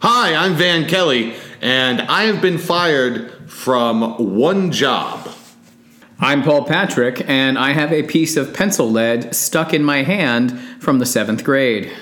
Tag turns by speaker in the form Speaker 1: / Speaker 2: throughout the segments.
Speaker 1: Hi, I'm Van Kelly, and I have been fired from one job.
Speaker 2: I'm Paul Patrick, and I have a piece of pencil lead stuck in my hand from the seventh grade.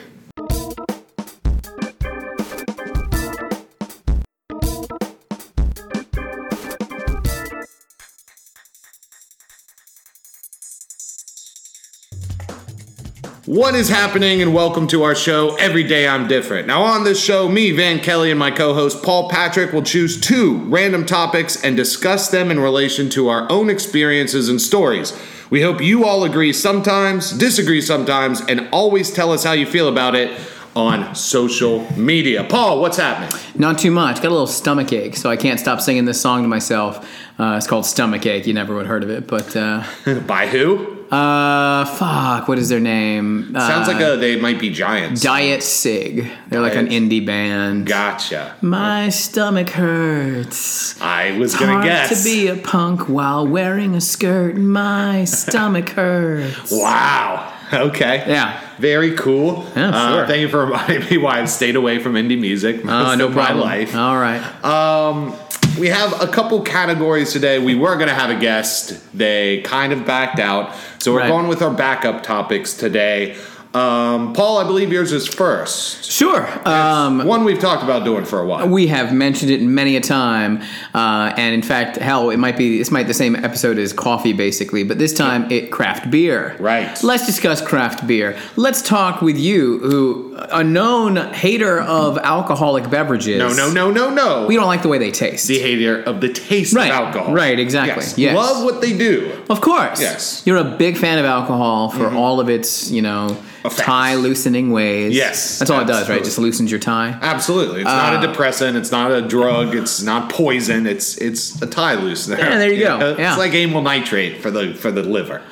Speaker 1: What is happening, and welcome to our show, Every Day I'm Different. Now, on this show, me, Van Kelly, and my co host, Paul Patrick, will choose two random topics and discuss them in relation to our own experiences and stories. We hope you all agree sometimes, disagree sometimes, and always tell us how you feel about it on social media. Paul, what's happening?
Speaker 2: Not too much. Got a little stomach ache, so I can't stop singing this song to myself. Uh, it's called Stomach Ache. You never would have heard of it, but uh,
Speaker 1: By who?
Speaker 2: uh, fuck. What is their name? Uh,
Speaker 1: Sounds like a, they might be giants.
Speaker 2: Diet Sig. They're like an
Speaker 1: Diet-
Speaker 2: indie band.
Speaker 1: Gotcha.
Speaker 2: My stomach hurts.
Speaker 1: I was gonna
Speaker 2: Hard
Speaker 1: guess.
Speaker 2: to be a punk while wearing a skirt. My stomach hurts.
Speaker 1: Wow. Okay.
Speaker 2: Yeah.
Speaker 1: Very cool.
Speaker 2: Yeah,
Speaker 1: Uh,
Speaker 2: sure.
Speaker 1: thank you for reminding me why I've stayed away from indie music most
Speaker 2: Oh, no
Speaker 1: of my
Speaker 2: problem.
Speaker 1: life.
Speaker 2: All right.
Speaker 1: Um, we have a couple categories today. We were going to have a guest. They kind of backed out. So we're
Speaker 2: Right.
Speaker 1: going with our backup topics today. Um, Paul, I believe yours is first.
Speaker 2: Sure. Um,
Speaker 1: One we've talked about doing for a while.
Speaker 2: we have mentioned it many a time, uh, and in fact, hell, it might be this might be the same episode as coffee, basically, but this time it craft beer.
Speaker 1: Right.
Speaker 2: Let's discuss craft beer. Let's talk with you, who a known hater of alcoholic beverages.
Speaker 1: No, no, no, no, no.
Speaker 2: We don't like the way they taste.
Speaker 1: the hater of the taste
Speaker 2: Right,
Speaker 1: of alcohol.
Speaker 2: right, exactly.
Speaker 1: Yes.
Speaker 2: Yes.
Speaker 1: Love what they do.
Speaker 2: Of course.
Speaker 1: Yes. Mm-hmm.
Speaker 2: You're a big fan of alcohol for all of its, you know,
Speaker 1: Effects.
Speaker 2: tie loosening ways.
Speaker 1: Yes,
Speaker 2: That's all it does, right?
Speaker 1: absolutely.
Speaker 2: Just loosens your tie.
Speaker 1: Absolutely. It's
Speaker 2: Um,
Speaker 1: not a depressant. It's not a drug. It's not poison. It's it's a tie loosener.
Speaker 2: Yeah, there you go. Yeah.
Speaker 1: It's like amyl nitrate for the for the liver.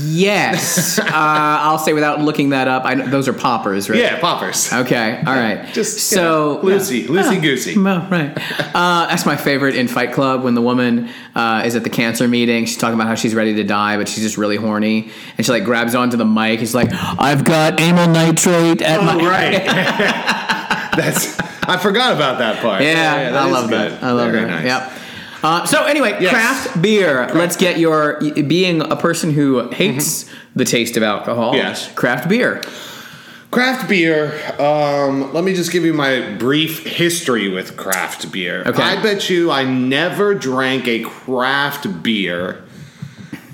Speaker 2: Yes. uh, I'll say without looking that up, I, those are poppers, right?
Speaker 1: Yeah, poppers.
Speaker 2: Okay. All right.
Speaker 1: Just
Speaker 2: so Ah,
Speaker 1: you know, loosey, loosey goosey.
Speaker 2: Well, right. Uh, that's my favorite in Fight Club when the woman uh, is at the cancer meeting. She's talking about how she's ready to die, but she's just really horny, and she like grabs onto the mic. And she's like, "I've got amyl nitrate at my."
Speaker 1: Oh, right. That's I forgot about that part.
Speaker 2: Yeah, I
Speaker 1: is
Speaker 2: love
Speaker 1: good.
Speaker 2: that. I love
Speaker 1: Very
Speaker 2: that.
Speaker 1: nice.
Speaker 2: Yep. Uh, so anyway,
Speaker 1: Yes.
Speaker 2: craft beer. Let's get your y- being a person who hates the taste of alcohol.
Speaker 1: Mm-hmm. Yes.
Speaker 2: craft beer.
Speaker 1: Craft beer. Um, let me just give you my brief history with craft beer.
Speaker 2: Okay.
Speaker 1: I bet you I never drank a craft beer.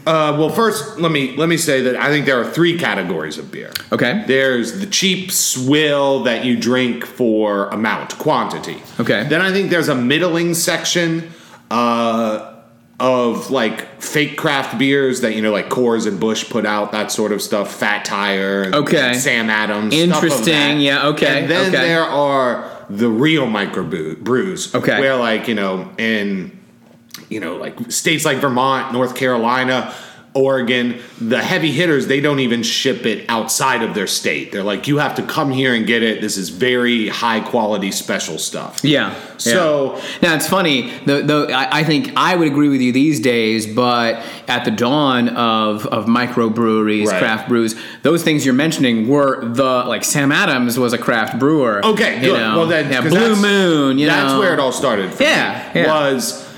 Speaker 1: Uh, well, first let me let me say that I think there are three categories of beer.
Speaker 2: Okay.
Speaker 1: There's the cheap swill that you drink for amount, quantity.
Speaker 2: Okay.
Speaker 1: Then I think there's a middling section uh, of like fake craft beers that you know, like Coors and Bush put out that sort of stuff. Fat Tire. and
Speaker 2: Okay.
Speaker 1: Sam Adams. stuff of
Speaker 2: Interesting.
Speaker 1: that.
Speaker 2: Yeah, okay,
Speaker 1: And then
Speaker 2: okay.
Speaker 1: there are the real micro brew- brews.
Speaker 2: Okay.
Speaker 1: Where like you know in you know, like states like Vermont, North Carolina, Oregon, the heavy hitters, they don't even ship it outside of their state. They're like, you have to come here and get it. This is very high quality special stuff.
Speaker 2: Yeah. yeah.
Speaker 1: So,
Speaker 2: Now it's funny, though. though I, I think I would agree with you these days, but at the dawn of of microbreweries,
Speaker 1: Right.
Speaker 2: craft brews, those things you're mentioning were the like Sam Adams was a craft brewer.
Speaker 1: okay,
Speaker 2: you
Speaker 1: good.
Speaker 2: know.
Speaker 1: well, then,
Speaker 2: yeah,
Speaker 1: 'cause
Speaker 2: Blue
Speaker 1: that's-
Speaker 2: Moon. You
Speaker 1: that's
Speaker 2: know.
Speaker 1: where it all started. for
Speaker 2: Yeah,
Speaker 1: me,
Speaker 2: yeah.
Speaker 1: was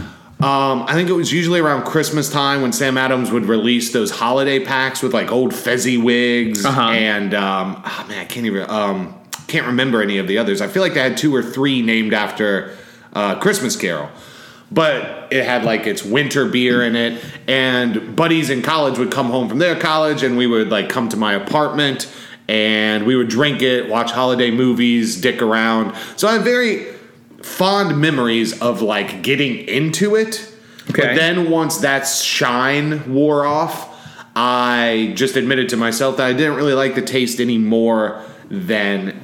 Speaker 1: um, I think it was usually around Christmas time when Sam Adams would release those holiday packs with like old Fezziwigs
Speaker 2: Uh-huh.
Speaker 1: and um, oh man, I can't even um, can't remember any of the others. I feel like they had two or three named after uh, Christmas Carol. But it had like its winter beer in it, and buddies in college would come home from their college, and we would like come to my apartment, and we would drink it, watch holiday movies, dick around. So I have very fond memories of like getting into it. But
Speaker 2: Okay.
Speaker 1: then once that shine wore off, I just admitted to myself that I didn't really like the taste any more than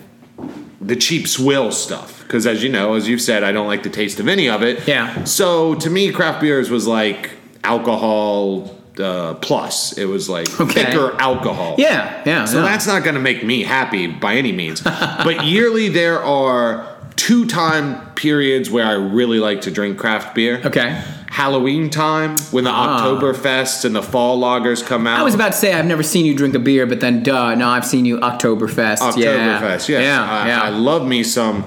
Speaker 1: the cheap swill stuff. Because as you know, as you've said, I don't like the taste of any of it.
Speaker 2: Yeah.
Speaker 1: So to me, craft beers was like alcohol uh, plus. It was like
Speaker 2: Okay.
Speaker 1: thicker alcohol.
Speaker 2: Yeah, yeah.
Speaker 1: So that's not going to make me happy by any means. but yearly, there are two time periods where I really like to drink craft beer.
Speaker 2: okay. Ah.
Speaker 1: Halloween time, when the Oktoberfests and the fall lagers come out.
Speaker 2: I was about to say I've never seen you drink a beer, but then duh, no, I've seen you Oktoberfest.
Speaker 1: Oktoberfest,
Speaker 2: yeah.
Speaker 1: yes.
Speaker 2: yeah,
Speaker 1: I,
Speaker 2: yeah.
Speaker 1: I love me some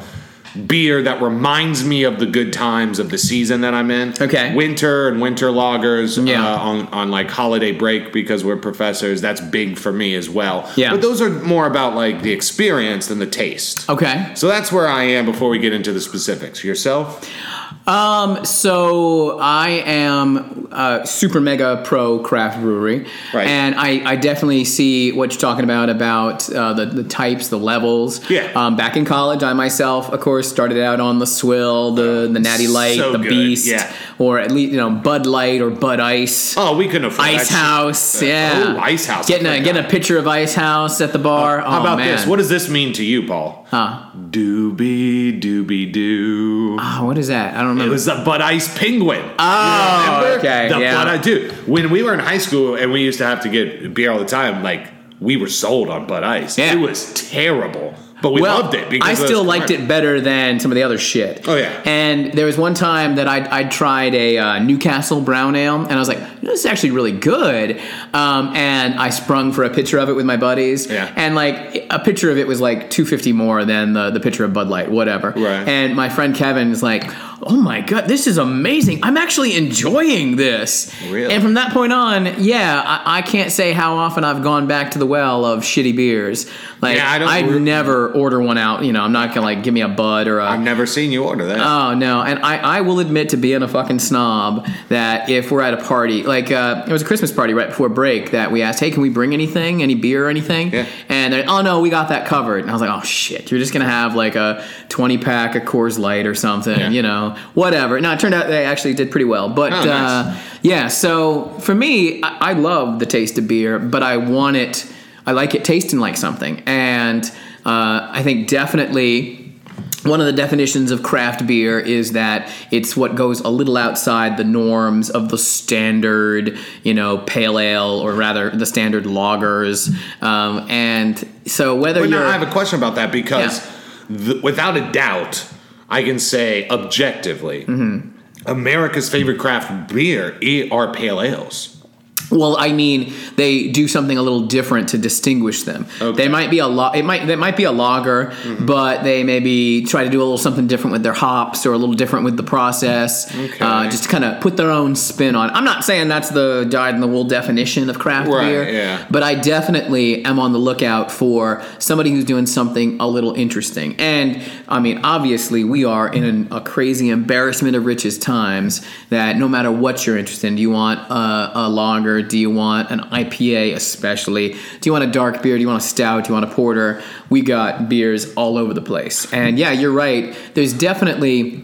Speaker 1: beer that reminds me of the good times of the season that I'm in.
Speaker 2: Okay.
Speaker 1: Winter and winter lagers
Speaker 2: Yeah.
Speaker 1: uh, on, on like holiday break because we're professors. That's big for me as well.
Speaker 2: Yeah.
Speaker 1: But those are more about like the experience than the taste.
Speaker 2: Okay.
Speaker 1: So that's where I am before we get into the specifics. Yourself?
Speaker 2: Um, so I am uh, super mega pro craft brewery,
Speaker 1: Right.
Speaker 2: and I, I definitely see what you're talking about about uh, the the types, the levels.
Speaker 1: Yeah.
Speaker 2: Um, back in college, I myself, of course, started out on the swill, the the Natty Light,
Speaker 1: Oh, So
Speaker 2: the
Speaker 1: good,
Speaker 2: Beast,
Speaker 1: yeah.
Speaker 2: or at least you know Bud Light or Bud Ice.
Speaker 1: Oh, we couldn't afford
Speaker 2: Ice
Speaker 1: that shit.
Speaker 2: House,
Speaker 1: Uh,
Speaker 2: yeah.
Speaker 1: oh, Ice House, I
Speaker 2: Getting a
Speaker 1: forgot.
Speaker 2: getting a picture of Ice House at the bar.
Speaker 1: How
Speaker 2: Oh,
Speaker 1: about
Speaker 2: man.
Speaker 1: this? What does this mean to you, Paul?
Speaker 2: Huh.
Speaker 1: Doobie doobie doo.
Speaker 2: Oh, what is that? I don't
Speaker 1: It
Speaker 2: remember.
Speaker 1: was the Bud Ice Penguin.
Speaker 2: Oh, okay,
Speaker 1: The
Speaker 2: yeah.
Speaker 1: Bud Ice, dude. When we were in high school and we used to have to get beer all the time, like we were sold on Bud Ice.
Speaker 2: Yeah.
Speaker 1: It was terrible, but we
Speaker 2: well,
Speaker 1: loved it because
Speaker 2: I still liked it better than some of the other shit.
Speaker 1: Oh, yeah.
Speaker 2: And there was one time that I I tried a uh, Newcastle brown ale, and I was like, "This is actually really good." Um, and I sprung for a picture of it with my buddies.
Speaker 1: Yeah.
Speaker 2: And like a picture of it was like two fifty more than the the picture of Bud Light, whatever.
Speaker 1: Right.
Speaker 2: And my friend Kevin is like, "Oh my god, this is amazing! I'm actually enjoying this."
Speaker 1: Really?
Speaker 2: And from that point on, yeah, I, I can't say how often I've gone back to the well of shitty beers. Like,
Speaker 1: Yeah, I don't
Speaker 2: I'd
Speaker 1: re-
Speaker 2: never order one out. You know, I'm not gonna like give me a bud or a.
Speaker 1: I've never seen you order that.
Speaker 2: Oh no, and I, I will admit to being a fucking snob that if we're at a party, like uh, it was a Christmas party right before break that we asked, hey, can we bring anything, any beer or anything?
Speaker 1: Yeah.
Speaker 2: And they're, oh no, we got that covered. And I was like, oh shit, you're just gonna have like a 20 pack of Coors Light or something,
Speaker 1: Yeah.
Speaker 2: you know, whatever. No, it turned out they actually did pretty well, but
Speaker 1: Oh, nice.
Speaker 2: uh, yeah. So for me, I, I love the taste of beer, but I want it. I like it tasting like something, and uh, I think definitely. One of the definitions of craft beer is that it's what goes a little outside the norms of the standard, you know, pale ale, or rather the standard lagers. Um, and so, whether
Speaker 1: but
Speaker 2: you're
Speaker 1: now I have a question about that because, th- without a doubt, I can say objectively, America's favorite craft beer i- are pale ales.
Speaker 2: Well, I mean, they do something a little different to distinguish them.
Speaker 1: Okay. Mm-hmm.
Speaker 2: They might be a lo- it might that might be a logger, but they maybe try to do a little something different with their hops or a little different with the process,
Speaker 1: Okay.
Speaker 2: uh, just to kind of put their own spin on. it. I'm not saying that's the dyed in the wool definition of craft
Speaker 1: Right,
Speaker 2: beer,
Speaker 1: yeah.
Speaker 2: but I definitely am on the lookout for somebody who's doing something a little interesting. And I mean, obviously, we are in an, a crazy embarrassment of riches times that no matter what you're interested in, do you want a, a lager? Do you want an IPA, especially? Do you want a dark beer? Do you want a stout? Do you want a porter? We got beers all over the place. And yeah, you're right. There's definitely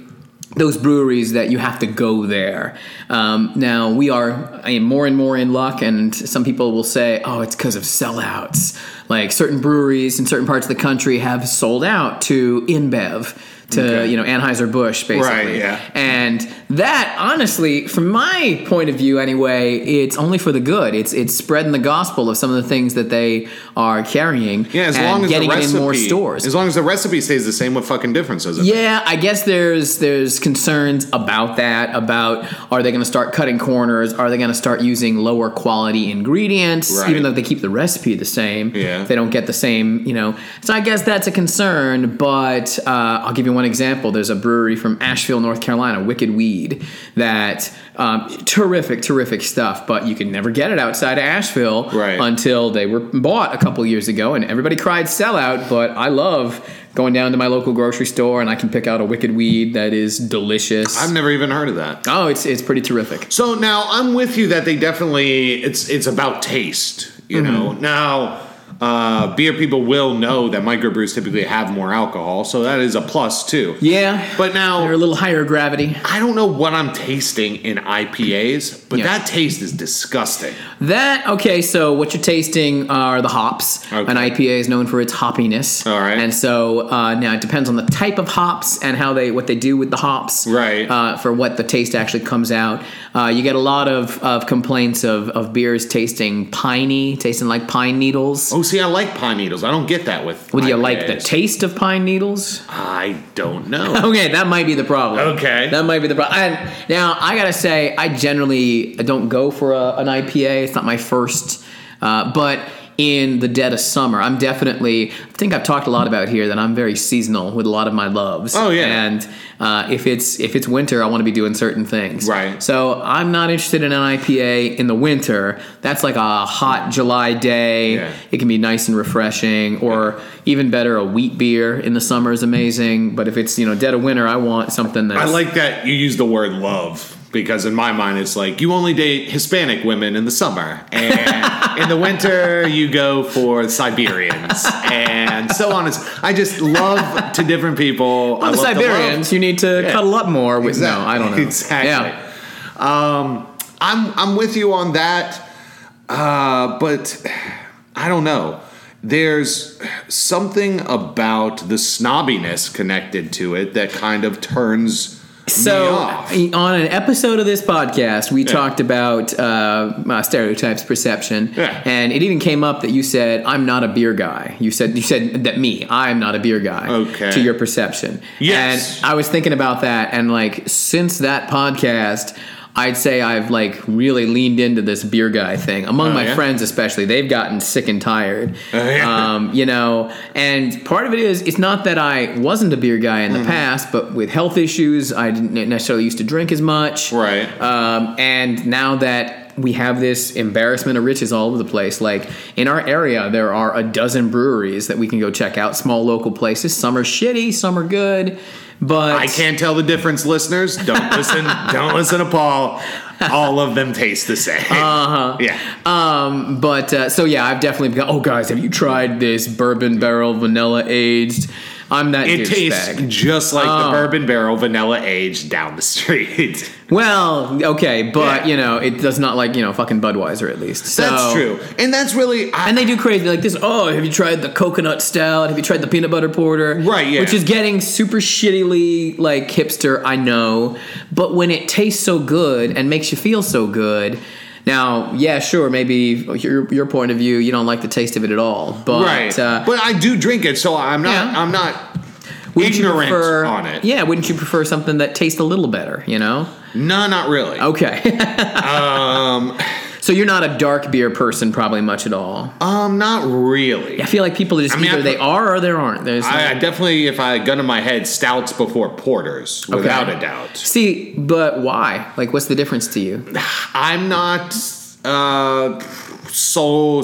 Speaker 2: those breweries that you have to go there. Um, now we are I am more and more in luck, and some people will say, "Oh, it's because of sellouts." Like certain breweries in certain parts of the country have sold out to InBev, to
Speaker 1: Okay.
Speaker 2: you know Anheuser Busch, basically.
Speaker 1: Right, yeah.
Speaker 2: And that, honestly, from my point of view, anyway, it's only for the good. It's it's spreading the gospel of some of the things that they are carrying.
Speaker 1: Yeah, as
Speaker 2: and
Speaker 1: long as
Speaker 2: getting
Speaker 1: the recipe,
Speaker 2: it in more stores.
Speaker 1: As long as the recipe stays the same, what fucking difference is it?
Speaker 2: Yeah, I guess there's there's concerns about that. About are they going to start cutting corners? Are they going to start using lower quality ingredients?
Speaker 1: Right.
Speaker 2: Even though they keep the recipe the same,
Speaker 1: Yeah.
Speaker 2: they don't get the same. You know, so I guess that's a concern. But uh, I'll give you one example. There's a brewery from Asheville, North Carolina, Wicked Weed, that um, terrific, terrific stuff. But you can never get it outside of Asheville
Speaker 1: Right.
Speaker 2: until they were bought a couple years ago, and everybody cried sellout. But I love going down to my local grocery store and I can pick out a wicked weed that is delicious.
Speaker 1: I've never even heard of that.
Speaker 2: oh, it's it's pretty terrific.
Speaker 1: So now I'm with you that they definitely it's it's about taste, you know.
Speaker 2: Mm-hmm.
Speaker 1: Now uh, beer people will know that microbrews typically have more alcohol, so that is a plus too.
Speaker 2: Yeah,
Speaker 1: But
Speaker 2: they're a
Speaker 1: now
Speaker 2: little higher gravity.
Speaker 1: I don't know what I'm tasting in IPAs, but
Speaker 2: Yeah.
Speaker 1: that taste is disgusting.
Speaker 2: That okay? So what you're tasting are the hops.
Speaker 1: Okay.
Speaker 2: An IPA is known for its hoppiness.
Speaker 1: All right.
Speaker 2: And so uh, now it depends on the type of hops and how they what they do with the hops.
Speaker 1: Right.
Speaker 2: Uh, for what the taste actually comes out, uh, you get a lot of, of complaints of, of beers tasting piney, tasting like pine needles.
Speaker 1: Oh, see, I like pine needles. I don't get that with.
Speaker 2: Would you like the
Speaker 1: IPAs.
Speaker 2: taste of pine needles?
Speaker 1: I don't know.
Speaker 2: Okay, that might be the problem.
Speaker 1: Okay.
Speaker 2: That might be the problem. And now I gotta say, I generally don't go for a, an IPA. It's not my first, uh, but in the dead of summer. I'm definitely, I think I've talked a lot about here that I'm very seasonal with a lot of my loves.
Speaker 1: Oh, yeah.
Speaker 2: And uh, if it's if it's winter, I want to be doing certain things.
Speaker 1: Right.
Speaker 2: So I'm not interested in an IPA in the winter. That's like a hot July day.
Speaker 1: Yeah.
Speaker 2: It can be nice and refreshing, or even better, a wheat beer in the summer is amazing. But if it's you know dead of winter, I want something that's
Speaker 1: I like that you use the word love because in my mind it's like you only date Hispanic women in the summer and in the winter you go for Siberians and so on. It's, I just love to different people. I
Speaker 2: Well,
Speaker 1: love
Speaker 2: the
Speaker 1: to love.
Speaker 2: Siberians, you need to
Speaker 1: Yeah.
Speaker 2: cuddle up more with.
Speaker 1: Exactly.
Speaker 2: No, I don't know.
Speaker 1: Exactly.
Speaker 2: Yeah.
Speaker 1: Um, I'm I'm with you on that, uh, but I don't know. There's something about the snobbiness connected to it that kind of turns me
Speaker 2: So, e,
Speaker 1: off.
Speaker 2: on an episode of this podcast, we talked about uh, uh, stereotypes, perception,
Speaker 1: Yeah.
Speaker 2: and it even came up that you said, "I'm not a beer guy." You said, "You said that me, I'm not a beer guy."
Speaker 1: Okay.
Speaker 2: To your perception,
Speaker 1: Yes.
Speaker 2: And I was thinking about that, and like since that podcast. I'd say I've like really leaned into this beer guy thing among
Speaker 1: Oh,
Speaker 2: my
Speaker 1: yeah?
Speaker 2: friends, especially. They've gotten sick and tired.
Speaker 1: Oh, yeah.
Speaker 2: um, you know and part of it is it's not that i wasn't a beer guy in
Speaker 1: Mm-hmm.
Speaker 2: the past but with health issues i didn't necessarily used to drink as much
Speaker 1: Right.
Speaker 2: um, and now that we have this embarrassment of riches all over the place like in our area there are a dozen breweries that we can go check out small local places some are shitty some are good but
Speaker 1: I can't tell the difference, listeners. Don't listen. don't listen to Paul. All of them taste the same.
Speaker 2: Uh-huh.
Speaker 1: Uh huh. Yeah.
Speaker 2: Um, but uh, so yeah, I've definitely been. Oh, guys, have you tried this bourbon barrel vanilla aged? I'm that.
Speaker 1: It tastes
Speaker 2: douchebag.
Speaker 1: just like
Speaker 2: Oh.
Speaker 1: the bourbon barrel vanilla aged down the street.
Speaker 2: Well, okay, but
Speaker 1: Yeah.
Speaker 2: you know, it does not like you know fucking Budweiser at least. So,
Speaker 1: That's true, and that's really. I,
Speaker 2: And they do crazy like this. Oh, have you tried the coconut stout? Have you tried the peanut butter porter?
Speaker 1: Right, yeah.
Speaker 2: Which is getting super shittily like hipster. I know, but when it tastes so good and makes you feel so good. Now, yeah, sure, maybe your, your point of view, you don't like the taste of it at all, but
Speaker 1: right,
Speaker 2: uh,
Speaker 1: but I do drink it, so I'm not.
Speaker 2: Yeah.
Speaker 1: I'm not
Speaker 2: wouldn't you
Speaker 1: ignorant
Speaker 2: prefer-
Speaker 1: on it.
Speaker 2: Yeah, wouldn't you prefer something that tastes a little better? You know?
Speaker 1: No, not really.
Speaker 2: Oh. Okay.
Speaker 1: Um,
Speaker 2: so you're not a dark beer person, probably much at all.
Speaker 1: um, not really.
Speaker 2: I feel like people just
Speaker 1: mean,
Speaker 2: either
Speaker 1: I-
Speaker 2: they are or they aren't. There's
Speaker 1: I, I
Speaker 2: no-
Speaker 1: definitely, if I gun to my head, stouts before porters, without a doubt.
Speaker 2: see, but why? Like, what's the difference to you?
Speaker 1: I'm not uh, so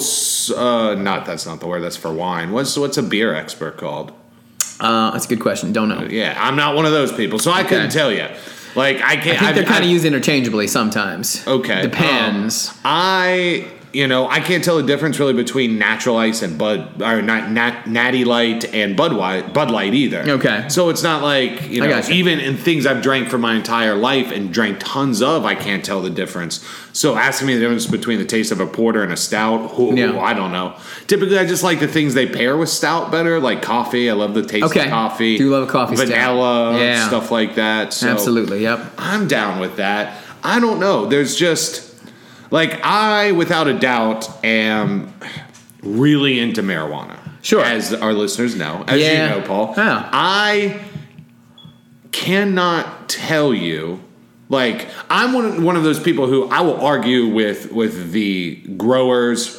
Speaker 1: uh, not. That's not the word. That's for wine. What's what's a beer expert called?
Speaker 2: Uh, that's a good question. Don't know. I think
Speaker 1: Yeah, I'm not one of those people, so I couldn't
Speaker 2: Okay.
Speaker 1: tell you. Like I can't. I've-
Speaker 2: they're kind
Speaker 1: I've-
Speaker 2: of used interchangeably sometimes.
Speaker 1: Okay. um,
Speaker 2: depends.
Speaker 1: I, you know, I can't tell the difference really between natural ice and Bud, or not nat, Natty Light and Bud Light, Bud Light either.
Speaker 2: Okay.
Speaker 1: So it's not like you
Speaker 2: I
Speaker 1: know,
Speaker 2: gotcha.
Speaker 1: even in things I've drank for my entire life and drank tons of, I can't tell the difference. So asking me the difference between the taste of a porter and a stout, ooh,
Speaker 2: Yeah.
Speaker 1: I don't know. Typically, I just like the things they pair with stout better, like coffee. I love the taste
Speaker 2: Okay.
Speaker 1: of coffee.
Speaker 2: Do love a coffee stout.
Speaker 1: vanilla,
Speaker 2: Yeah.
Speaker 1: stuff like that. So
Speaker 2: Absolutely. Yep.
Speaker 1: I'm down with that. I don't know. There's just like I, without a doubt, am really into marijuana.
Speaker 2: Sure.
Speaker 1: as our listeners know, as
Speaker 2: Yeah.
Speaker 1: you know, Paul.
Speaker 2: Yeah.
Speaker 1: I cannot tell you. Like I'm one of, one of those people who I will argue with with the growers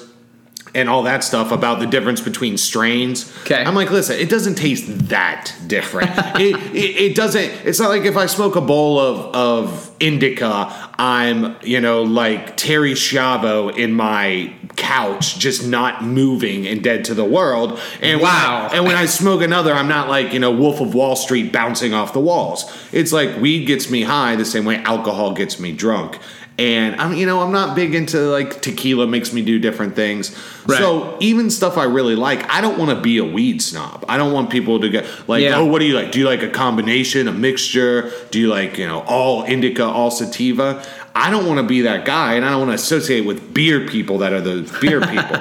Speaker 1: and all that stuff about the difference between strains.
Speaker 2: 'Kay.
Speaker 1: I'm like, listen, it doesn't taste that different. it, it it doesn't. It's not like if I smoke a bowl of of indica, I'm you know like Terry Schiavo in my couch, just not moving and dead to the world. And when I-
Speaker 2: Wow.
Speaker 1: and when I smoke another, I'm not like you know Wolf of Wall Street bouncing off the walls. It's like weed gets me high the same way alcohol gets me drunk. And I'm, you know, I'm not big into like tequila makes me do different things.
Speaker 2: Right.
Speaker 1: So even stuff I really like, I don't want to be a weed snob. I don't want people to go like,
Speaker 2: Yeah.
Speaker 1: oh, what do you like? Do you like a combination, a mixture? Do you like, you know, all indica, all sativa? I don't want to be that guy, and I don't want to associate with beer people that are those beer people.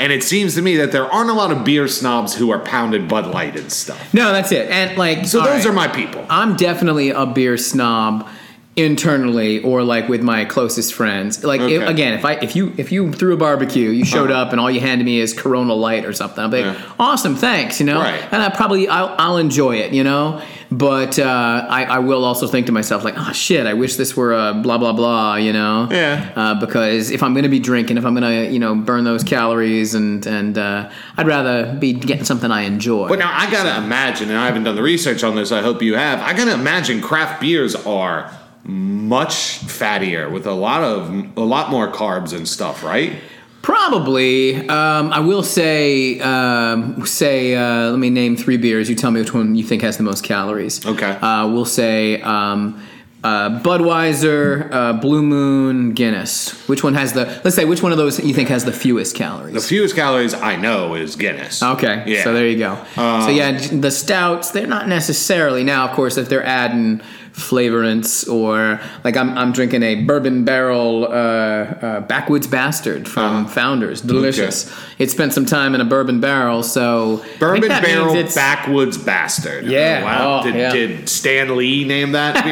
Speaker 1: and it seems to me that there aren't a lot of beer snobs who are pounded Bud Light and stuff.
Speaker 2: No, that's it. And like,
Speaker 1: So
Speaker 2: all
Speaker 1: those
Speaker 2: right.
Speaker 1: are my people.
Speaker 2: I'm definitely a beer snob internally or like with my closest friends. Like if-
Speaker 1: Okay. Uh-huh.
Speaker 2: again, if I if you if you threw a barbecue, you showed up and all you handed me is Corona Light or something. I'm like,
Speaker 1: Yeah.
Speaker 2: awesome, thanks, you know.
Speaker 1: Right.
Speaker 2: And I probably I'll, I'll enjoy it, you know. But uh, I, I will also think to myself like, oh shit, I wish this were a blah blah blah, you know?
Speaker 1: Yeah.
Speaker 2: Uh, because if I'm gonna be drinking, if I'm gonna you know burn those calories, and and uh, I'd rather be getting something I enjoy.
Speaker 1: But Oh, now I gotta imagine, and I haven't done the research on this. I hope you have. I gotta imagine craft beers are much fattier with a lot of a lot more carbs and stuff, right?
Speaker 2: Probably. Um, I will say, um, say, uh, let me name three beers. You tell me which one you think has the most calories.
Speaker 1: Okay.
Speaker 2: Uh, we'll say um, uh, Budweiser, uh, Blue Moon, Guinness. Which one has the? Let's say which one of those you think has the fewest calories.
Speaker 1: The fewest calories I know is Guinness.
Speaker 2: Okay,
Speaker 1: Yeah. Um,
Speaker 2: so there you go. so yeah, j- the stouts they're not necessarily now. Of course, if they're adding flavorants or like I'm, I'm drinking a bourbon barrel uh, uh, backwoods bastard
Speaker 1: Uh-huh.
Speaker 2: from Founders, delicious. It spent some time in a bourbon barrel, so I think
Speaker 1: Bourbon
Speaker 2: that means
Speaker 1: Barrel
Speaker 2: it's-
Speaker 1: Backwoods Bastard.
Speaker 2: Yeah.
Speaker 1: Oh, wow.
Speaker 2: Oh,
Speaker 1: did,
Speaker 2: yeah.
Speaker 1: did Stan Lee name that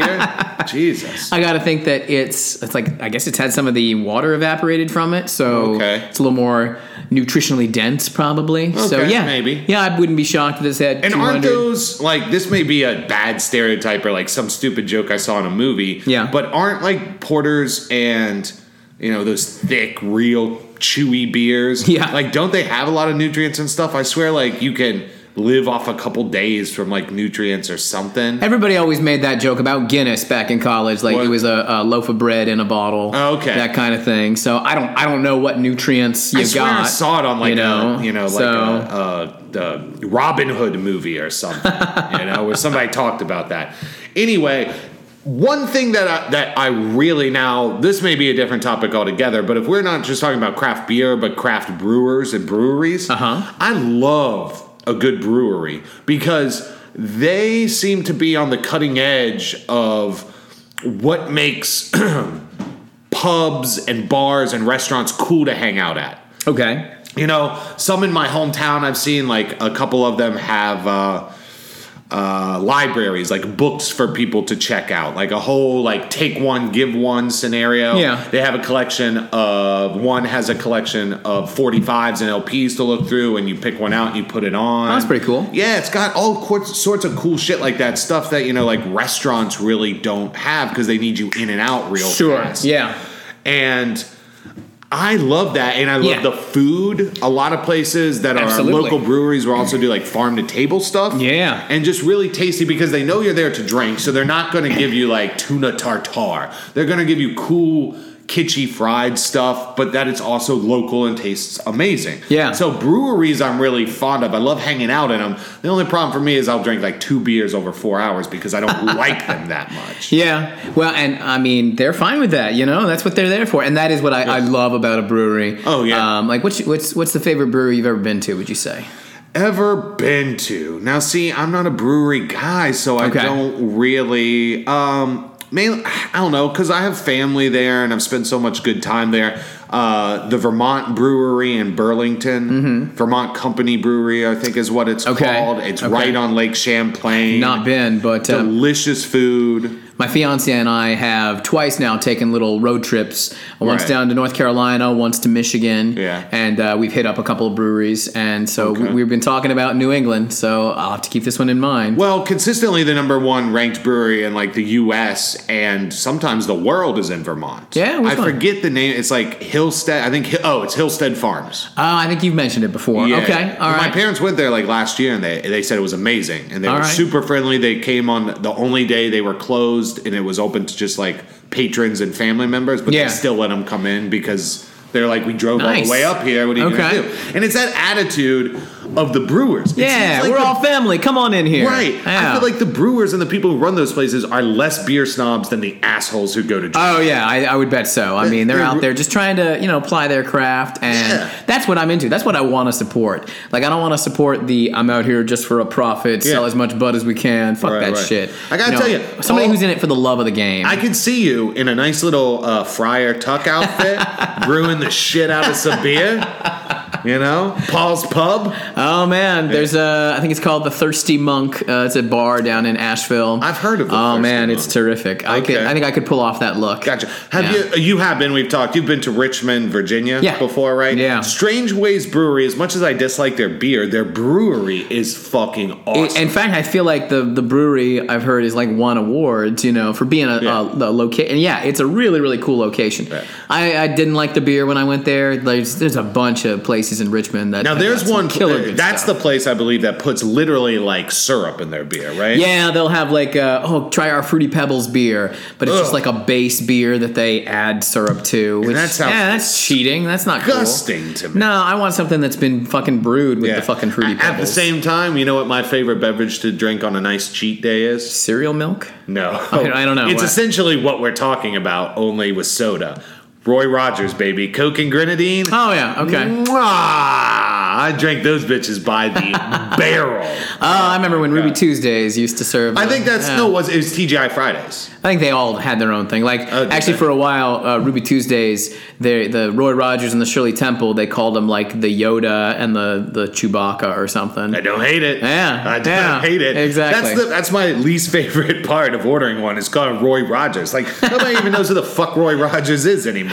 Speaker 1: beer? Jesus.
Speaker 2: I gotta think that it's it's like I guess it's had some of the water evaporated from it, so
Speaker 1: Okay.
Speaker 2: it's a little more nutritionally dense, probably. so
Speaker 1: Okay,
Speaker 2: yeah,
Speaker 1: maybe.
Speaker 2: Yeah, I wouldn't be shocked if this had.
Speaker 1: And
Speaker 2: 200.
Speaker 1: aren't those like this may be a bad stereotype or like some stupid joke I saw in a movie.
Speaker 2: Yeah.
Speaker 1: But aren't like porters and you know those thick, real chewy beers?
Speaker 2: Yeah.
Speaker 1: Like don't they have a lot of nutrients and stuff? I swear, like you can live off a couple days from like nutrients or something.
Speaker 2: Everybody always made that joke about Guinness back in college, like
Speaker 1: What?
Speaker 2: it was a, a loaf of bread in a bottle,
Speaker 1: Oh, okay.
Speaker 2: that kind of thing. So I don't, I don't know what nutrients you
Speaker 1: I swear
Speaker 2: got.
Speaker 1: I saw it on like
Speaker 2: you know,
Speaker 1: a, you know like
Speaker 2: so-
Speaker 1: a, a, a Robin Hood movie or something, you know, where somebody talked about that. Anyway, one thing that I, that I really now this may be a different topic altogether, but if we're not just talking about craft beer, but craft brewers and breweries,
Speaker 2: Uh-huh.
Speaker 1: I love a good brewery because they seem to be on the cutting edge of what makes pubs and bars and restaurants cool to hang out at.
Speaker 2: okay,
Speaker 1: You know, some in my hometown, I've seen like a couple of them have uh, uh, libraries, like books for people to check out, like a whole like take one, give one scenario.
Speaker 2: Yeah.
Speaker 1: They have a collection of, one has a collection of 45s and LPs to look through, and you pick one out and you put it on.
Speaker 2: That's pretty cool.
Speaker 1: Yeah, it's got all quor- sorts of cool shit like that, stuff that, you know, like restaurants really don't have because they need you in and out real
Speaker 2: sure,
Speaker 1: fast
Speaker 2: yeah,
Speaker 1: and I love that, and I love
Speaker 2: Yeah.
Speaker 1: the food. A lot of places that
Speaker 2: Absolutely.
Speaker 1: are local breweries will also do like farm to table stuff.
Speaker 2: Yeah.
Speaker 1: and just really tasty because they know you're there to drink, so they're not going to give you like tuna tartare. They're going to give you cool, kitschy fried stuff, but that it's also local and tastes amazing.
Speaker 2: Yeah.
Speaker 1: So breweries, I'm really fond of. I love hanging out in them. The only problem for me is I'll drink like two beers over four hours because I don't like them that much.
Speaker 2: yeah. Well, and I mean, they're fine with that. You know, that's what they're there for, and that is what I, I love about a brewery.
Speaker 1: Oh, yeah.
Speaker 2: Um, like what's what's what's the favorite brewery you've ever been to? Would you say?
Speaker 1: ever been to. Now, see, I'm not a brewery guy, so I
Speaker 2: Okay.
Speaker 1: don't really. Um, mainly, I don't know because I have family there and I've spent so much good time there. Uh, the Vermont Brewery in Burlington, Vermont Company Brewery, I think is what it's
Speaker 2: Mm-hmm. Okay.
Speaker 1: called. It's
Speaker 2: Okay.
Speaker 1: right on Lake Champlain.
Speaker 2: Not been, but um,
Speaker 1: delicious food.
Speaker 2: My fiance and I have twice now taken little road trips. Once
Speaker 1: Right.
Speaker 2: down to North Carolina, once to Michigan.
Speaker 1: Yeah.
Speaker 2: And uh, we've hit up a couple of breweries. And so we, we've been talking about New England. So I'll have to keep this one in mind.
Speaker 1: Well, consistently the number one ranked brewery in like the U.S. and sometimes the world is in Vermont.
Speaker 2: Yeah, which
Speaker 1: I
Speaker 2: one?
Speaker 1: forget the name. It's like Hillstead. I think oh, it's Hillstead Farms.
Speaker 2: Uh, I think you've mentioned it before.
Speaker 1: Yeah.
Speaker 2: Okay. All
Speaker 1: My
Speaker 2: right.
Speaker 1: parents went there like last year, and they they said it was amazing, and they
Speaker 2: All
Speaker 1: were
Speaker 2: right.
Speaker 1: super friendly. They came on the only day they were closed, and it was open to just like patrons and family members, but
Speaker 2: Yeah.
Speaker 1: they still let them come in because. They're like, we drove all
Speaker 2: Nice.
Speaker 1: the way up here. What are you
Speaker 2: Okay.
Speaker 1: going to do? And it's that attitude of the brewers. It
Speaker 2: yeah,
Speaker 1: seems like
Speaker 2: we're
Speaker 1: the-
Speaker 2: all family. Come on in here.
Speaker 1: right.
Speaker 2: Yeah.
Speaker 1: I feel like the brewers and the people who run those places are less beer snobs than the assholes who go to.
Speaker 2: Oh yeah, I, I would bet so. I mean, they're
Speaker 1: they're-
Speaker 2: out there just trying to you know apply their craft, and
Speaker 1: Yeah.
Speaker 2: that's what I'm into. That's what I want to support. Like I don't want to support the I'm out here just for a profit, sell
Speaker 1: Yeah.
Speaker 2: as much bud as we can. Fuck
Speaker 1: Right,
Speaker 2: that
Speaker 1: right.
Speaker 2: shit.
Speaker 1: I gotta tell you,
Speaker 2: somebody
Speaker 1: all-
Speaker 2: who's in it for the love of the game.
Speaker 1: I can see you in a nice little uh, friar tuck outfit, brewing the shit out of some beer. you know, Paul's Pub.
Speaker 2: Oh man, there's a I think it's called the Thirsty Monk. Uh, it's a bar down in Asheville.
Speaker 1: I've heard of the
Speaker 2: Oh
Speaker 1: Thirsty
Speaker 2: man,
Speaker 1: Monk.
Speaker 2: it's terrific. I could
Speaker 1: Okay.
Speaker 2: I think I could pull off that look.
Speaker 1: Gotcha. Have
Speaker 2: Yeah.
Speaker 1: you? You have been. We've talked. You've been to Richmond, Virginia,
Speaker 2: Yeah.
Speaker 1: before, right?
Speaker 2: Yeah.
Speaker 1: Strange Ways Brewery. As much as I dislike their beer, their brewery is fucking awesome.
Speaker 2: In fact, I feel like the the brewery I've heard is like won awards, you know, for being a,
Speaker 1: Yeah.
Speaker 2: a, location. And yeah, it's a really really cool location.
Speaker 1: Yeah.
Speaker 2: I, I didn't like the beer when I went there. There's there's a bunch of places in Richmond that
Speaker 1: now
Speaker 2: have got
Speaker 1: there's
Speaker 2: some
Speaker 1: one.
Speaker 2: killer. good
Speaker 1: that's
Speaker 2: stuff.
Speaker 1: the place I believe that puts literally like syrup in their beer, right?
Speaker 2: yeah, they'll have like uh, oh try our fruity pebbles beer, but it's just
Speaker 1: Ugh.
Speaker 2: like a base beer that they add syrup to. Which,
Speaker 1: that sounds
Speaker 2: yeah, that's cheating. That's not
Speaker 1: Disgusting
Speaker 2: cool.
Speaker 1: to me.
Speaker 2: No, I want something that's been fucking brewed with
Speaker 1: Yeah.
Speaker 2: the fucking fruity
Speaker 1: At-
Speaker 2: pebbles.
Speaker 1: At the same time, you know what my favorite beverage to drink on a nice cheat day is?
Speaker 2: cereal milk.
Speaker 1: No,
Speaker 2: I don't know.
Speaker 1: It's
Speaker 2: What?
Speaker 1: essentially what we're talking about, only with soda. Roy Rogers, baby, Coke and grenadine.
Speaker 2: Oh yeah, okay.
Speaker 1: Mwah! I drank those bitches by the barrel.
Speaker 2: Oh, I remember when Ruby Tuesdays used to serve.
Speaker 1: I
Speaker 2: the-
Speaker 1: think that's
Speaker 2: yeah.
Speaker 1: no, it was it was TGI Fridays?
Speaker 2: I think they all had their own thing. Like
Speaker 1: Oh, did
Speaker 2: actually,
Speaker 1: they?
Speaker 2: for a while, uh, Ruby Tuesdays, they, the Roy Rogers and the Shirley Temple, they called them like the Yoda and the the Chewbacca or something.
Speaker 1: I don't hate it.
Speaker 2: Yeah,
Speaker 1: I don't
Speaker 2: yeah,
Speaker 1: hate it.
Speaker 2: exactly.
Speaker 1: That's the, that's my least favorite part of ordering one. It's called Roy Rogers. Like nobody even knows who the fuck Roy Rogers is anymore.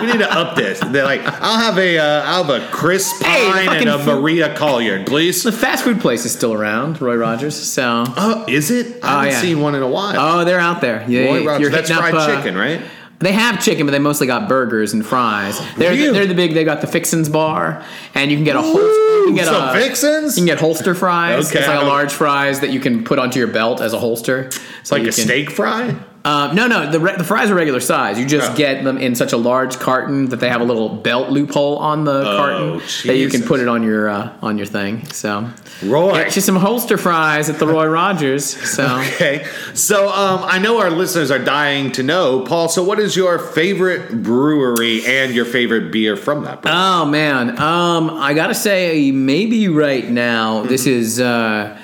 Speaker 1: We need to up this. They're like, I'll have a uh, I'll have a Chris
Speaker 2: Hey, the
Speaker 1: Pine and
Speaker 2: fucking
Speaker 1: a
Speaker 2: food-
Speaker 1: Maria Collier, please.
Speaker 2: The fast food place is still around, Roy Rogers. So
Speaker 1: Oh, is it? I haven't
Speaker 2: yeah.
Speaker 1: seen one in a while.
Speaker 2: oh, they're out there. Yeah,
Speaker 1: Roy
Speaker 2: yeah,
Speaker 1: Rogers.
Speaker 2: you're
Speaker 1: That's
Speaker 2: hitting
Speaker 1: fried
Speaker 2: up, uh,
Speaker 1: chicken, right?
Speaker 2: They have chicken, but they mostly got burgers and fries. They're
Speaker 1: Really?
Speaker 2: they're the big. They got the Fixins bar, and you can get a whole. You
Speaker 1: Ooh,
Speaker 2: can get
Speaker 1: some
Speaker 2: a,
Speaker 1: vixens.
Speaker 2: You can get holster fries.
Speaker 1: Okay,
Speaker 2: it's
Speaker 1: I
Speaker 2: like a
Speaker 1: don't-
Speaker 2: large fries that you can put onto your belt as a holster. So
Speaker 1: like
Speaker 2: you
Speaker 1: a
Speaker 2: can-
Speaker 1: steak fry.
Speaker 2: Um, no, no. The, re- the fries are regular size. You just
Speaker 1: Oh.
Speaker 2: get them in such a large carton that they have a little belt loophole on the
Speaker 1: Oh,
Speaker 2: carton that you can
Speaker 1: Jesus.
Speaker 2: put it on your uh, on your thing. So
Speaker 1: Roy.
Speaker 2: yeah, just some holster fries at the Roy Rogers. So
Speaker 1: Okay, so um, I know our listeners are dying to know, Paul. So, what is your favorite brewery and your favorite beer from that? Brewery?
Speaker 2: oh man, um, I gotta say maybe right now
Speaker 1: Mm-hmm.
Speaker 2: this is. Uh,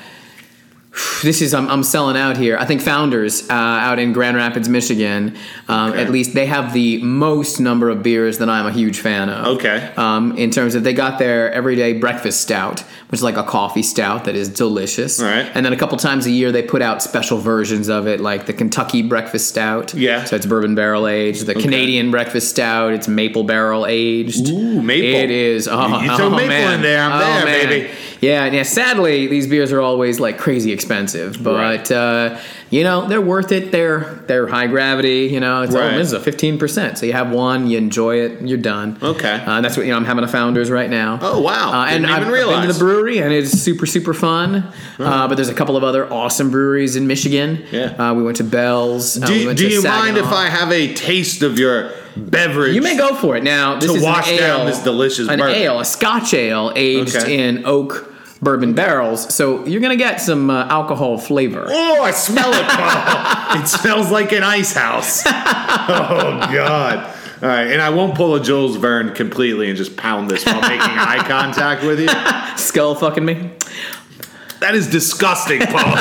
Speaker 2: this is I'm, I'm selling out here. I think Founders uh, out in Grand Rapids, Michigan, um,
Speaker 1: Okay.
Speaker 2: at least they have the most number of beers that I'm a huge fan of.
Speaker 1: Okay.
Speaker 2: Um, in terms of they got their everyday breakfast stout, which is like a coffee stout that is delicious.
Speaker 1: All right.
Speaker 2: And then a couple times a year they put out special versions of it, like the Kentucky breakfast stout.
Speaker 1: Yeah.
Speaker 2: So it's bourbon barrel aged. The Canadian breakfast stout, it's maple barrel aged.
Speaker 1: Ooh, maple.
Speaker 2: It is. Oh,
Speaker 1: You throw
Speaker 2: oh,
Speaker 1: maple
Speaker 2: man.
Speaker 1: in there, I'm
Speaker 2: Oh,
Speaker 1: there,
Speaker 2: man.
Speaker 1: baby.
Speaker 2: Yeah, yeah. Sadly, these beers are always like crazy expensive, but
Speaker 1: Right.
Speaker 2: uh, you know they're worth it. They're they're high gravity. You know, it's
Speaker 1: Right.
Speaker 2: oh, this is a fifteen percent. So you have one, you enjoy it, you're done.
Speaker 1: Okay.
Speaker 2: uh, that's what you know. I'm having a Founders right now.
Speaker 1: Oh, wow.
Speaker 2: Uh, and
Speaker 1: Didn't
Speaker 2: I've
Speaker 1: even
Speaker 2: been to
Speaker 1: realize.
Speaker 2: the brewery, and it's super super fun. Uh, but there's a couple of other awesome breweries in Michigan.
Speaker 1: Yeah.
Speaker 2: uh, we went to Bell's. uh, we
Speaker 1: do
Speaker 2: went
Speaker 1: do
Speaker 2: to
Speaker 1: you mind if
Speaker 2: Saginaw.
Speaker 1: I have a taste of your beverage?
Speaker 2: You may go for it now. This
Speaker 1: To
Speaker 2: is an
Speaker 1: wash
Speaker 2: ale,
Speaker 1: down this delicious
Speaker 2: an
Speaker 1: bourbon.
Speaker 2: ale, a Scotch ale aged
Speaker 1: Okay.
Speaker 2: in oak bourbon barrels. So you're gonna get some uh, alcohol flavor.
Speaker 1: Oh, I smell it, Paul. it smells like an ice house. Oh God. All right, and I won't pull a Jules Verne completely and just pound this while making eye contact with you.
Speaker 2: Skull fucking me.
Speaker 1: That is disgusting, Paul.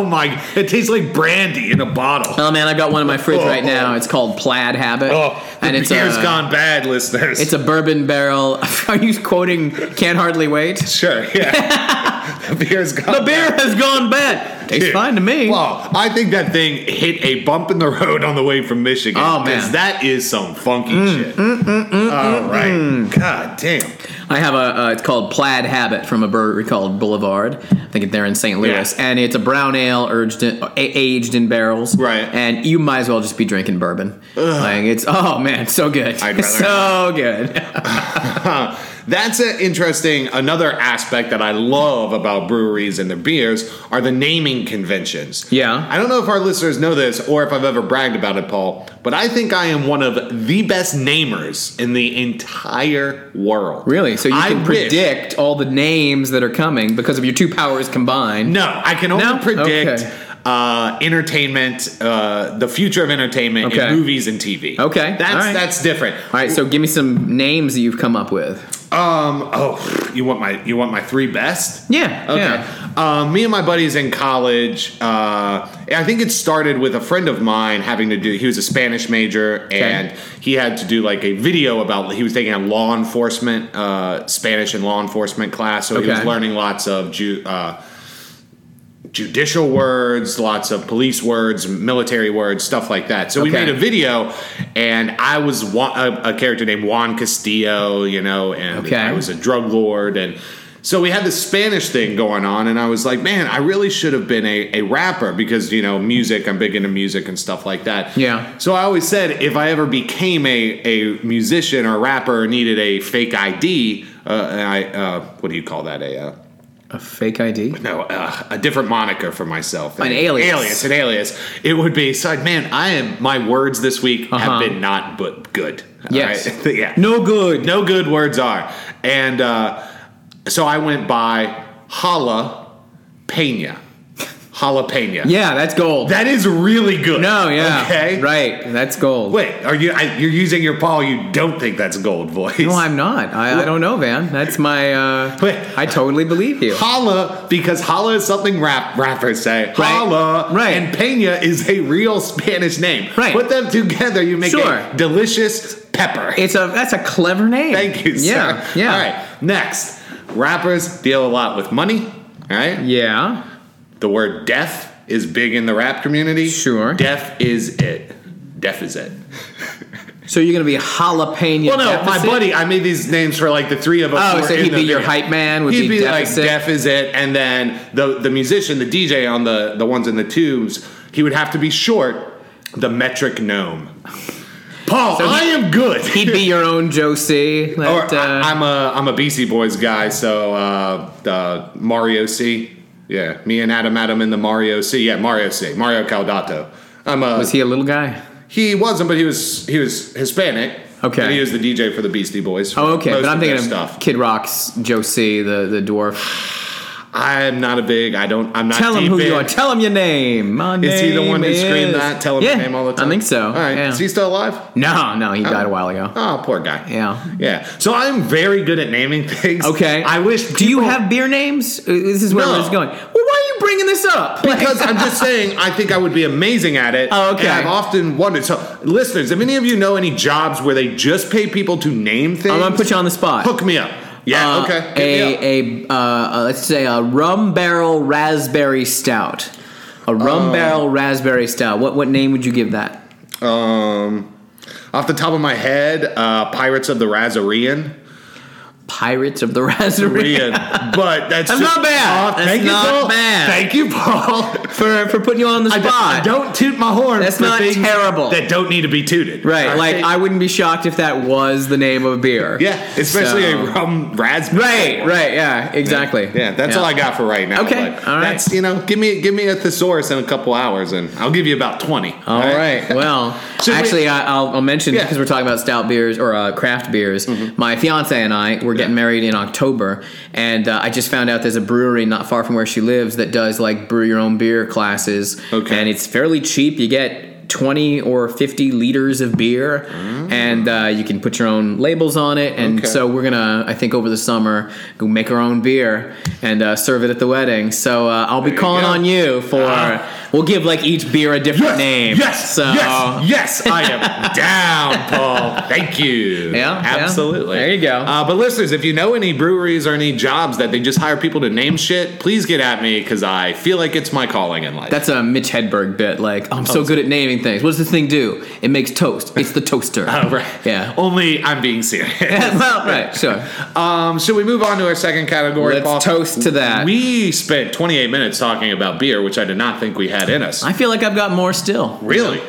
Speaker 1: oh my! It tastes like brandy in a bottle.
Speaker 2: Oh man, I've got one in my fridge right now. It's called Plaid Habit,
Speaker 1: Oh,
Speaker 2: and
Speaker 1: the
Speaker 2: it's
Speaker 1: beer's
Speaker 2: a
Speaker 1: gone bad, listeners.
Speaker 2: it's a bourbon barrel. Are you quoting? Can't hardly wait.
Speaker 1: sure, yeah. the beer's gone.
Speaker 2: The beer has gone bad. Tastes
Speaker 1: Dude.
Speaker 2: fine to me.
Speaker 1: Wow, I think that thing hit a bump in the road on the way from Michigan.
Speaker 2: Oh, man. Mm,
Speaker 1: 'cause that is some funky shit. All right, god damn.
Speaker 2: I have a. Uh, it's called Plaid Habit from a brewery called Boulevard. I think they're in St. Louis,
Speaker 1: Yeah.
Speaker 2: and it's a brown ale urged in, a- aged in barrels.
Speaker 1: Right.
Speaker 2: And you might as well just be drinking bourbon. Like it's oh man, so good.
Speaker 1: I'd rather
Speaker 2: so good.
Speaker 1: Huh. That's an interesting. Another aspect that I love about breweries and their beers are the naming conventions.
Speaker 2: Yeah.
Speaker 1: I don't know if our listeners know this or if I've ever bragged about it, Paul, but I think I am one of the best namers in the entire world.
Speaker 2: Really. So you
Speaker 1: I
Speaker 2: can
Speaker 1: wish-
Speaker 2: predict all the names that are coming because of your two powers combined.
Speaker 1: No, I can only
Speaker 2: No?
Speaker 1: predict
Speaker 2: Okay.
Speaker 1: uh, entertainment, uh, the future of entertainment
Speaker 2: Okay.
Speaker 1: in movies and TV.
Speaker 2: Okay.
Speaker 1: that's
Speaker 2: All right.
Speaker 1: that's different.
Speaker 2: All right. So give me some names that you've come up with.
Speaker 1: Um. Oh, you want my you want my three best?
Speaker 2: Yeah.
Speaker 1: Okay.
Speaker 2: Yeah.
Speaker 1: Um, me and my buddies in college, uh, I think it started with a friend of mine having to do, he was a Spanish major and he had to do like a video about, he was taking a law enforcement, uh, Spanish and law enforcement class. So he was
Speaker 2: Okay.
Speaker 1: learning lots of ju- uh, judicial words, lots of police words, military words, stuff like that. So we
Speaker 2: Okay.
Speaker 1: made a video, and I was Juan, a, a character named Juan Castillo, you know, and
Speaker 2: Okay.
Speaker 1: I was a drug lord. And so we had this Spanish thing going on, and I was like, man, I really should have been a, a rapper because, you know, music, I'm big into music and stuff like that.
Speaker 2: Yeah.
Speaker 1: So I always said if I ever became a, a musician or rapper or needed a fake ID, uh, I, uh, what do you call that? A, uh,
Speaker 2: A fake ID.
Speaker 1: no, uh, a different moniker for myself.
Speaker 2: An alias.
Speaker 1: Alias, an alias. It would be, so, man, I am, my words this week
Speaker 2: Uh-huh.
Speaker 1: have been not but good. All
Speaker 2: Yes.
Speaker 1: right? yeah.
Speaker 2: No good.
Speaker 1: No good words are. And uh, so I went by Hala Pena. Jalapena.
Speaker 2: Yeah, that's gold.
Speaker 1: That is really good.
Speaker 2: no, yeah.
Speaker 1: Okay.
Speaker 2: Right. That's gold.
Speaker 1: Wait, are you, I, you're using your Paul, you don't think that's gold voice.
Speaker 2: No, I'm not. I, I don't know, Van. That's my. Uh,
Speaker 1: Wait.
Speaker 2: I totally believe you.
Speaker 1: Holla, because holla is something rap rappers say. Holla,
Speaker 2: Right.
Speaker 1: and Pena is a real Spanish name.
Speaker 2: Right.
Speaker 1: Put them together, you make
Speaker 2: Sure.
Speaker 1: a delicious pepper.
Speaker 2: It's a that's a clever name.
Speaker 1: Thank you,
Speaker 2: Yeah.
Speaker 1: sir.
Speaker 2: Yeah.
Speaker 1: All right. Next, rappers deal a lot with money. All right.
Speaker 2: Yeah.
Speaker 1: The word deaf is big in the rap community.
Speaker 2: Sure.
Speaker 1: Deaf is it. Deaf is it.
Speaker 2: So you're gonna be jalapeno.
Speaker 1: Well, no,
Speaker 2: deficit?
Speaker 1: my buddy, I made these names for like the three of us. who
Speaker 2: Oh,
Speaker 1: were
Speaker 2: so
Speaker 1: in
Speaker 2: he'd
Speaker 1: the
Speaker 2: be your
Speaker 1: video.
Speaker 2: hype man. Would
Speaker 1: He'd be,
Speaker 2: deficit.
Speaker 1: like, deaf is it, and then the the musician, the DJ on the the ones in the tubes, he would have to be short, the metric gnome. Paul,
Speaker 2: So he-
Speaker 1: I am good.
Speaker 2: He'd be your own Josie. That,
Speaker 1: or
Speaker 2: uh,
Speaker 1: I, am a I'm a BC Boys guy, so uh, uh, Mario C. Yeah, me and Adam Adam in the Mario C. Yeah, Mario C. Mario Caldato. I'm a
Speaker 2: was he a little guy?
Speaker 1: he wasn't, but he was he was Hispanic.
Speaker 2: Okay.
Speaker 1: and he was the DJ for the Beastie Boys.
Speaker 2: Oh, okay.
Speaker 1: most
Speaker 2: But I'm
Speaker 1: their
Speaker 2: thinking of
Speaker 1: stuff.
Speaker 2: Kid Rock's Josie, the the dwarf.
Speaker 1: I'm not a big. I don't. I'm not.
Speaker 2: Tell him
Speaker 1: deep
Speaker 2: who you
Speaker 1: in-
Speaker 2: are. Tell him your name. My
Speaker 1: Is he the
Speaker 2: name
Speaker 1: one who screamed
Speaker 2: is-
Speaker 1: that? Tell him
Speaker 2: yeah,
Speaker 1: his name all the time.
Speaker 2: I think so.
Speaker 1: All right.
Speaker 2: Yeah.
Speaker 1: Is he still alive?
Speaker 2: no, no, he died a while ago.
Speaker 1: Oh, poor guy.
Speaker 2: Yeah.
Speaker 1: Yeah. So I'm very good at naming things.
Speaker 2: Okay.
Speaker 1: I wish.
Speaker 2: Do you
Speaker 1: people-
Speaker 2: have beer names? Uh, This is where
Speaker 1: No.
Speaker 2: it's going. Well, why are you bringing this up? Like-
Speaker 1: Because I'm just saying, I think I would be amazing at it.
Speaker 2: Oh, okay.
Speaker 1: And I've often wondered. So, listeners, if any of you know any jobs where they just pay people to name things,
Speaker 2: I'm gonna put you on the spot.
Speaker 1: Hook me up. Yeah.
Speaker 2: Uh,
Speaker 1: okay. Hit me up.
Speaker 2: A, a uh, uh, let's say a rum barrel raspberry stout. A rum
Speaker 1: Oh.
Speaker 2: barrel raspberry stout. What what name would you give that?
Speaker 1: Um, off the top of my head, uh, Pirates of the Razorian.
Speaker 2: Pirates of the Raspberry.
Speaker 1: Korean, but that's,
Speaker 2: That's
Speaker 1: just-
Speaker 2: not bad.
Speaker 1: Aw,
Speaker 2: That's
Speaker 1: thank you,
Speaker 2: not
Speaker 1: Paul.
Speaker 2: bad.
Speaker 1: Thank you, Paul.
Speaker 2: for for putting you on the
Speaker 1: I
Speaker 2: spot.
Speaker 1: don't, I don't toot my horn.
Speaker 2: That's
Speaker 1: for
Speaker 2: not
Speaker 1: things
Speaker 2: terrible.
Speaker 1: That don't need to be tooted.
Speaker 2: right.
Speaker 1: All
Speaker 2: Like I wouldn't be shocked if that was the name of a beer.
Speaker 1: yeah, especially
Speaker 2: So-
Speaker 1: a rum raspberry.
Speaker 2: Right. Right. Yeah. Exactly.
Speaker 1: Yeah, that's all I got for right now.
Speaker 2: Okay,
Speaker 1: but
Speaker 2: all right.
Speaker 1: That's you know, give me give me a thesaurus in a couple hours, and I'll give you about twenty.
Speaker 2: All right. Well,
Speaker 1: Should we-
Speaker 2: actually, I, I'll, I'll mention
Speaker 1: Yeah. Mm-hmm.
Speaker 2: because we're talking about stout beers or uh, craft beers. My fiance and I we're getting married in October, and uh, I just found out there's a brewery not far from where she lives that does like brew your own beer classes.
Speaker 1: Okay.
Speaker 2: And it's fairly cheap. You get. 20 or 50 liters of beer and uh, you can put your own labels on it
Speaker 1: Mm.
Speaker 2: and
Speaker 1: Okay.
Speaker 2: so we're gonna i think over the summer go make our own beer and uh, serve it at the wedding so uh, i'll be
Speaker 1: you
Speaker 2: calling
Speaker 1: go.
Speaker 2: on you for
Speaker 1: Ah.
Speaker 2: we'll give like each beer a different
Speaker 1: Yes,
Speaker 2: name.
Speaker 1: Yes.
Speaker 2: So
Speaker 1: yes. Yes. I am down, Paul. Thank you.
Speaker 2: Yeah, yeah.
Speaker 1: Absolutely.
Speaker 2: There you go.
Speaker 1: Uh, but listeners, if you know any breweries or any jobs that they just hire people to name shit, please get at me because I feel like it's my calling in life.
Speaker 2: that's a Mitch Hedberg bit. Like I'm
Speaker 1: Oh,
Speaker 2: so good at naming things. What does this thing do? It makes toast. It's the toaster.
Speaker 1: Oh, right.
Speaker 2: Yeah.
Speaker 1: Only I'm being serious.
Speaker 2: well, right. Sure.
Speaker 1: um, should we move on to our second category,
Speaker 2: Let's
Speaker 1: Paul?
Speaker 2: toast to that.
Speaker 1: We spent 28 minutes talking about beer, which I did not think we had in us.
Speaker 2: I feel like I've got more still.
Speaker 1: really?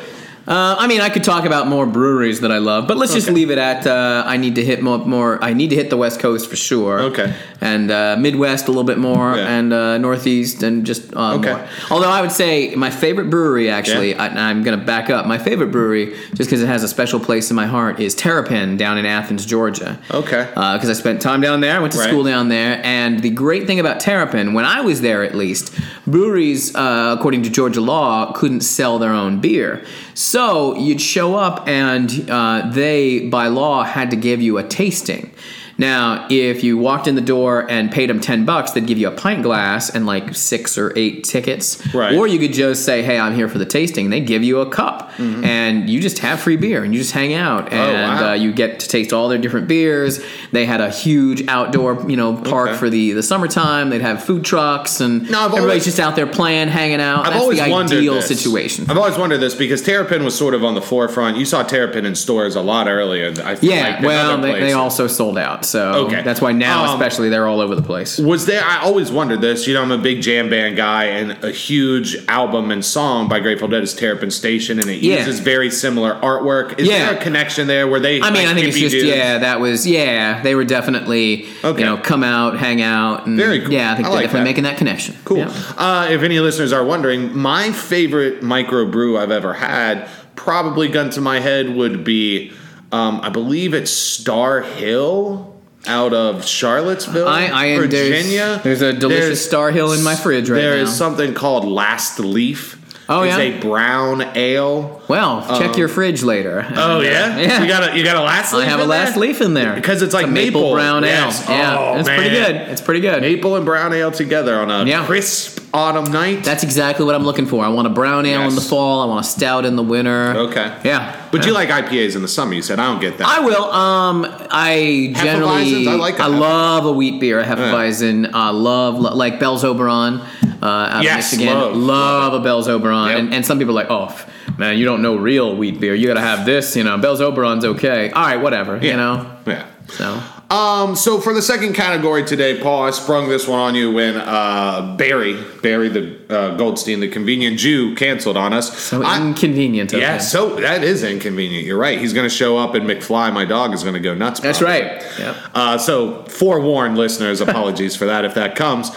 Speaker 2: Uh, I mean, I could talk about more breweries that I love, but let's just
Speaker 1: Okay.
Speaker 2: leave it at uh, I need to hit more, more. I need to hit the West Coast for sure.
Speaker 1: Okay.
Speaker 2: And uh, Midwest a little bit more,
Speaker 1: Yeah.
Speaker 2: and uh, Northeast, and just uh,
Speaker 1: Okay.
Speaker 2: more. Although I would say my favorite brewery, actually,
Speaker 1: Yeah.
Speaker 2: I, and I'm going to back up. My favorite brewery, just because it has a special place in my heart, is Terrapin down in Athens, Georgia Uh,
Speaker 1: Okay.
Speaker 2: because I spent time down there. I went to
Speaker 1: Right.
Speaker 2: school down there, and the great thing about Terrapin, when I was there at least, breweries, uh, according to Georgia law, couldn't sell their own beer. So you'd show up, and uh, they, by law, had to give you a tasting. Now, if you walked in the door and paid them 10 bucks, they'd give you a pint glass and like six or eight tickets.
Speaker 1: Right.
Speaker 2: Or you could just say, hey, I'm here for the tasting. And they give you a cup and you just have free beer and you just hang out and
Speaker 1: Mm-hmm. Oh, wow.
Speaker 2: uh, you get to taste all their different beers. They had a huge outdoor, you know, park
Speaker 1: Okay.
Speaker 2: for the, the summertime. They'd have food trucks and
Speaker 1: No, I've
Speaker 2: everybody's
Speaker 1: always-
Speaker 2: just out there playing, hanging out.
Speaker 1: I've
Speaker 2: That's
Speaker 1: always
Speaker 2: the
Speaker 1: wondered
Speaker 2: ideal
Speaker 1: this.
Speaker 2: situation.
Speaker 1: I've always wondered this because Terrapin was sort of on the forefront. You saw Terrapin in stores a lot earlier. I feel
Speaker 2: yeah,
Speaker 1: like, than
Speaker 2: well,
Speaker 1: other
Speaker 2: they, they
Speaker 1: places.
Speaker 2: also sold out, so
Speaker 1: Okay.
Speaker 2: that's why now,
Speaker 1: Um,
Speaker 2: especially, they're all over the place.
Speaker 1: was there. I always wondered this. You know, I'm a big jam band guy, and a huge album and song by Grateful Dead is Terrapin Station, and it
Speaker 2: Yeah.
Speaker 1: uses very similar artwork. Is
Speaker 2: Yeah.
Speaker 1: there a connection there where they?
Speaker 2: I mean,
Speaker 1: like,
Speaker 2: I think it's
Speaker 1: hippie
Speaker 2: just
Speaker 1: dudes-
Speaker 2: yeah, that was yeah, they were definitely
Speaker 1: Okay.
Speaker 2: you know come out, hang out, and
Speaker 1: Very cool.
Speaker 2: yeah, I think
Speaker 1: I
Speaker 2: they're
Speaker 1: like
Speaker 2: definitely
Speaker 1: that.
Speaker 2: making that connection.
Speaker 1: Cool.
Speaker 2: Yeah.
Speaker 1: Uh, if any listeners are wondering, my favorite microbrew I've ever had, probably gun to my head, would be um, I believe it's Star Hill out of Charlottesville,
Speaker 2: I, I am there's-
Speaker 1: Virginia.
Speaker 2: There's, a delicious
Speaker 1: There's-
Speaker 2: Star Hill in my fridge right
Speaker 1: There
Speaker 2: now.
Speaker 1: is something called Last Leaf.
Speaker 2: Oh,
Speaker 1: it's
Speaker 2: yeah?
Speaker 1: a brown ale.
Speaker 2: well, check your fridge later.
Speaker 1: Um, Oh
Speaker 2: And, uh,
Speaker 1: yeah, you got a you got a last.
Speaker 2: I
Speaker 1: leaf
Speaker 2: have a
Speaker 1: in
Speaker 2: last
Speaker 1: there?
Speaker 2: leaf in there
Speaker 1: Because it's like
Speaker 2: a maple,
Speaker 1: maple,
Speaker 2: brown
Speaker 1: yes.
Speaker 2: ale. Yeah,
Speaker 1: Oh,
Speaker 2: it's pretty
Speaker 1: man.
Speaker 2: good. It's pretty good.
Speaker 1: Maple and brown ale together on a
Speaker 2: Yeah.
Speaker 1: crisp autumn night.
Speaker 2: That's exactly what I'm looking for. I want a brown ale in
Speaker 1: Yes.
Speaker 2: the fall. I want a stout in the winter.
Speaker 1: okay.
Speaker 2: Yeah.
Speaker 1: But you like IPAs in the summer. You said I don't get that.
Speaker 2: I will. Um, I generally,
Speaker 1: Hefeweizens, I like a
Speaker 2: I
Speaker 1: Hefe-
Speaker 2: love a wheat beer, a Hefeweizen. I love lo- like Bell's Oberon. Uh, out
Speaker 1: Yes,
Speaker 2: of Michigan.
Speaker 1: love,
Speaker 2: love, a Bell's Oberon,
Speaker 1: Yep.
Speaker 2: and, and some people are like, oh, f- man, you don't know real wheat beer. You got to have this, you know. Bell's Oberon's okay. All right, whatever,
Speaker 1: Yeah.
Speaker 2: you know.
Speaker 1: Yeah.
Speaker 2: So
Speaker 1: Um, so for the second category today, Paul, I sprung this one on you when uh, Barry, Barry the uh, Goldstein, the convenient Jew, canceled on us.
Speaker 2: so
Speaker 1: I-
Speaker 2: inconvenient. of
Speaker 1: yeah,
Speaker 2: them.
Speaker 1: so that is inconvenient. You're right. He's going to show up, and McFly, my dog, is going to go nuts.
Speaker 2: That's
Speaker 1: probably.
Speaker 2: right. Oh. Yep.
Speaker 1: Uh, so forewarned, listeners. Apologies for that if that comes.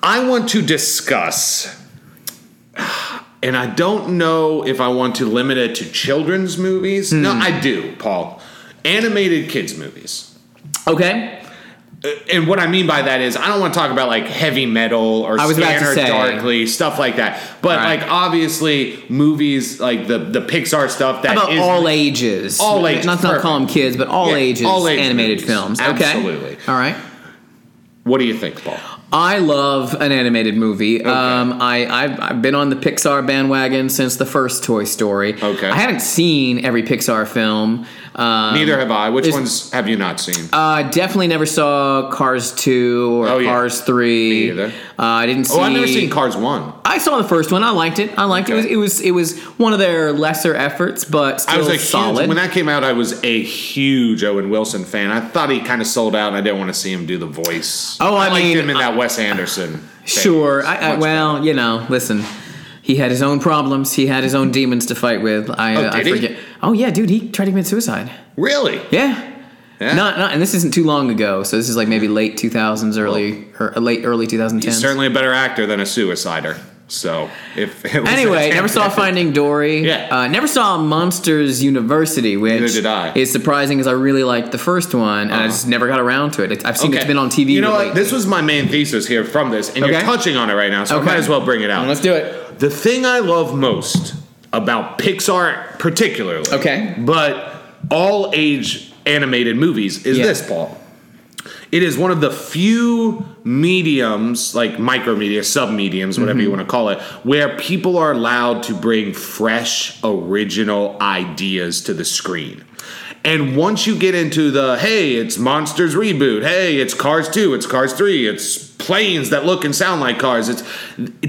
Speaker 1: I want to discuss, and I don't know if I want to limit it to children's movies. No,
Speaker 2: Hmm.
Speaker 1: I do, Paul. Animated kids movies
Speaker 2: Okay.
Speaker 1: and what I mean by that is I don't want to talk about like heavy metal or
Speaker 2: I was about to
Speaker 1: Scanner
Speaker 2: say.
Speaker 1: Darkly stuff like that. But
Speaker 2: All right.
Speaker 1: like obviously movies like the the Pixar stuff that
Speaker 2: About
Speaker 1: is-
Speaker 2: all ages.
Speaker 1: All ages,
Speaker 2: Not, not call them kids, but all
Speaker 1: Yeah,
Speaker 2: ages.
Speaker 1: all age
Speaker 2: animated
Speaker 1: movies.
Speaker 2: films.
Speaker 1: Absolutely.
Speaker 2: Okay. All right.
Speaker 1: What do you think, Paul?
Speaker 2: I love an animated movie. Um, I, I've, I've been on the Pixar bandwagon since the first Toy Story.
Speaker 1: Okay.
Speaker 2: I haven't seen every Pixar film. Um,
Speaker 1: Neither have I. Which
Speaker 2: is-
Speaker 1: ones have you not seen?
Speaker 2: Uh, definitely never saw Cars 2 or
Speaker 1: Oh, yeah.
Speaker 2: Cars 3.
Speaker 1: Me either.
Speaker 2: Uh, I didn't see.
Speaker 1: oh, I've never seen Cars One.
Speaker 2: I saw the first one. I liked it. I liked
Speaker 1: Okay.
Speaker 2: it. It was, it was it was one of their lesser efforts, but still
Speaker 1: I was a
Speaker 2: solid.
Speaker 1: huge when that came out. I was a huge Owen Wilson fan. I thought he kind of sold out, and I didn't want to see him do the voice.
Speaker 2: Oh, I
Speaker 1: liked
Speaker 2: mean,
Speaker 1: him in that Wes Anderson. thing.
Speaker 2: Sure. I, I,
Speaker 1: Much
Speaker 2: well, you know, listen. He had his own problems. He had his own demons to fight with. I,
Speaker 1: Oh,
Speaker 2: I
Speaker 1: did he?
Speaker 2: forget. Oh yeah, dude, he tried to commit suicide.
Speaker 1: really.
Speaker 2: Yeah.
Speaker 1: Yeah.
Speaker 2: Not, not, and this isn't too long ago. So this is like maybe late 2000s, early, or uh, late early 2010s.
Speaker 1: He's certainly a better actor than a suicider. So if it was
Speaker 2: anyway,
Speaker 1: an
Speaker 2: never saw
Speaker 1: attempt-
Speaker 2: Finding Dory.
Speaker 1: Yeah.
Speaker 2: Uh, never saw Monsters University, which
Speaker 1: Neither did I.
Speaker 2: is surprising because I really liked the first one, and I
Speaker 1: Uh-huh.
Speaker 2: just never got around to it. It's, I've seen it's been on TV.
Speaker 1: You know what?
Speaker 2: lately.
Speaker 1: This was my main thesis here from this, and you're
Speaker 2: Okay.
Speaker 1: touching on it right now, so I
Speaker 2: Okay.
Speaker 1: might as well bring it out.
Speaker 2: Let's do it.
Speaker 1: The thing I love most about Pixar, particularly,
Speaker 2: Okay.
Speaker 1: but all age animated movies, is
Speaker 2: Yeah.
Speaker 1: this, Paul. It is one of the few mediums, like micromedia, submediums, whatever you want to call it, where people are allowed to bring fresh, original ideas to the screen. And once you get into the hey, it's Monsters reboot, hey, it's Cars 2, it's Cars 3, it's planes that look and sound like cars, it's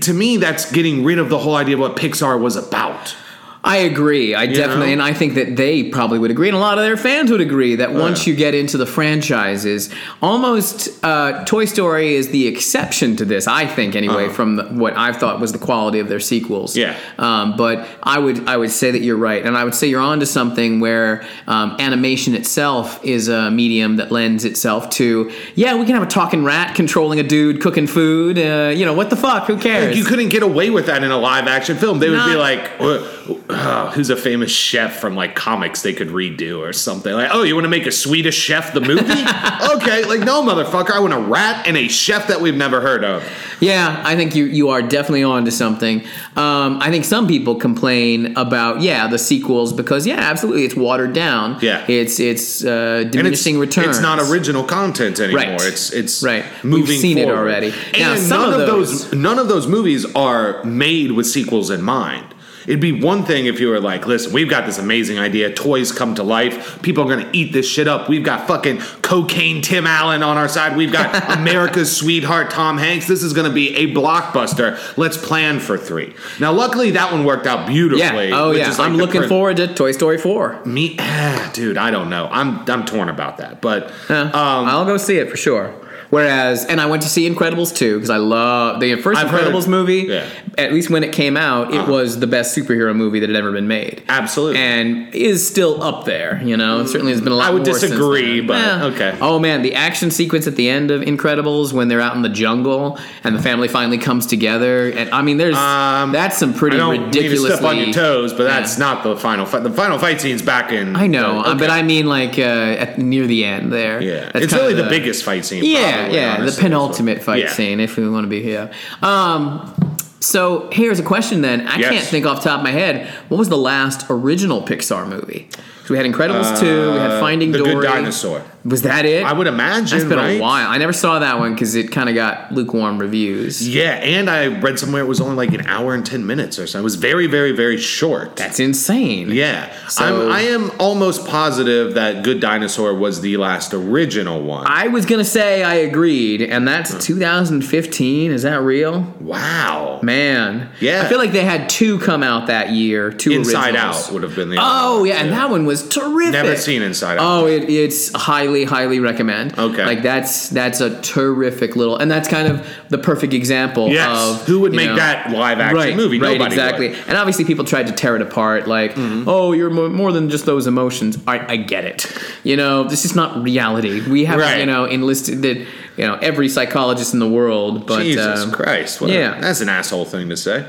Speaker 1: to me that's getting rid of the whole idea of what Pixar was about.
Speaker 2: I agree. I definitely,
Speaker 1: know?
Speaker 2: and I think that they probably would agree, and a lot of their fans would agree that once you get into the franchises, almost uh, Toy Story is the exception to this. I think, anyway, from the, what I've thought was the quality of their sequels.
Speaker 1: Uh-huh. Yeah.
Speaker 2: Um, but I would, I would say that you're right, and I would say you're onto something where um, animation itself is a medium that lends itself to, yeah, we can have a talking rat controlling a dude cooking food. Uh, you know what the fuck? Who cares?
Speaker 1: Like you couldn't get away with that in a live action film. They would be
Speaker 2: Not-
Speaker 1: like, "Wha- uh, who's a famous chef from like comics they could redo or something. Like, oh, you want to make a Swedish chef the movie? okay, like no, motherfucker, I want a rat and a chef that we've never heard of.
Speaker 2: Yeah, I think you you are definitely on to something. Um, I think some people complain about yeah the sequels because yeah absolutely it's watered down.
Speaker 1: Yeah.
Speaker 2: it's it's uh,
Speaker 1: And
Speaker 2: diminishing
Speaker 1: it's,
Speaker 2: returns.
Speaker 1: It's not original content anymore.
Speaker 2: Right.
Speaker 1: It's it's
Speaker 2: Right. We've
Speaker 1: Moving
Speaker 2: seen it
Speaker 1: forward.
Speaker 2: already.
Speaker 1: And
Speaker 2: Now, some
Speaker 1: none
Speaker 2: of
Speaker 1: of
Speaker 2: those-
Speaker 1: those, none of those movies are made with sequels in mind. It'd be one thing if you were like, listen, we've got this amazing idea. Toys come to life. People are going to eat this shit up. We've got fucking cocaine Tim Allen on our side. We've got America's sweetheart Tom Hanks. This is going to be a blockbuster. Let's plan for three. Now, luckily, that one worked out beautifully.
Speaker 2: Yeah. Oh
Speaker 1: which
Speaker 2: yeah.
Speaker 1: is like
Speaker 2: I'm
Speaker 1: the
Speaker 2: looking
Speaker 1: prin-
Speaker 2: forward to Toy Story four.
Speaker 1: me, ah, dude, I don't know. I'm I'm torn about that, but
Speaker 2: Yeah.
Speaker 1: um,
Speaker 2: I'll go see it for sure. Whereas, and I went to see Incredibles 2 because I love the 1st
Speaker 1: I've heard-
Speaker 2: Incredibles movie.
Speaker 1: yeah. Uh-huh.
Speaker 2: At least when it came out, it was the best superhero movie that had ever been made.
Speaker 1: absolutely.
Speaker 2: and is still up there. You know, and certainly has been a lot.
Speaker 1: I would
Speaker 2: more since
Speaker 1: disagree,
Speaker 2: then.
Speaker 1: but
Speaker 2: Eh.
Speaker 1: okay.
Speaker 2: Oh man, the action sequence at the end of Incredibles when they're out in the jungle and the family finally comes together, and I mean, there's
Speaker 1: Um,
Speaker 2: that's some
Speaker 1: I
Speaker 2: pretty
Speaker 1: don't need to
Speaker 2: ridiculous.
Speaker 1: step on your toes, but that's not the final fight. The final fight scene's back in.
Speaker 2: I know,
Speaker 1: Okay.
Speaker 2: uh, but I mean, like uh, at, near the end there.
Speaker 1: yeah,
Speaker 2: That's
Speaker 1: it's
Speaker 2: kind
Speaker 1: really
Speaker 2: of
Speaker 1: the, biggest fight scene.
Speaker 2: Yeah,
Speaker 1: probably,
Speaker 2: yeah,
Speaker 1: honestly, is
Speaker 2: the
Speaker 1: what-
Speaker 2: penultimate fight
Speaker 1: Yeah.
Speaker 2: scene, if we want to be here. Um, so here's a question then. I
Speaker 1: Yes.
Speaker 2: can't think off the top of my head. What was the last original Pixar movie? So we had Incredibles two, we had
Speaker 1: Uh,
Speaker 2: Finding
Speaker 1: the
Speaker 2: Dory.
Speaker 1: Good Dinosaur.
Speaker 2: Was that it?
Speaker 1: I would imagine.
Speaker 2: That's been
Speaker 1: right?
Speaker 2: a while. I never saw that one because it kind of got lukewarm reviews.
Speaker 1: Yeah, and I read somewhere it was only like an hour and ten minutes or so. It was very, very, very short.
Speaker 2: That's insane.
Speaker 1: yeah,
Speaker 2: So-
Speaker 1: I'm, I am almost positive that Good Dinosaur was the last original one.
Speaker 2: I was gonna say I agreed, and
Speaker 1: Hmm.
Speaker 2: that's 2015. Is that real?
Speaker 1: wow,
Speaker 2: Man,
Speaker 1: Yeah.
Speaker 2: I feel like they had two come out that year. Two
Speaker 1: Inside
Speaker 2: originals.
Speaker 1: Out would have been the.
Speaker 2: Oh yeah, and that one was terrific.
Speaker 1: Never seen Inside Out.
Speaker 2: Oh, it, it's highly, highly recommend.
Speaker 1: Okay.
Speaker 2: like that's that's a terrific little, and that's kind of the perfect example
Speaker 1: Yes.
Speaker 2: of
Speaker 1: Who would
Speaker 2: you
Speaker 1: make
Speaker 2: know,
Speaker 1: that live action
Speaker 2: right
Speaker 1: movie?
Speaker 2: Right,
Speaker 1: Nobody
Speaker 2: exactly.
Speaker 1: Would. Mm-hmm.
Speaker 2: And obviously, people tried to tear it apart. Like, oh, you're mo- more than just those emotions. I, I get it. You know, this is not reality. We have
Speaker 1: Right.
Speaker 2: you know enlisted that you know every psychologist in the world, but
Speaker 1: Jesus
Speaker 2: um,
Speaker 1: Christ. What a-
Speaker 2: yeah.
Speaker 1: that's an asshole thing to say.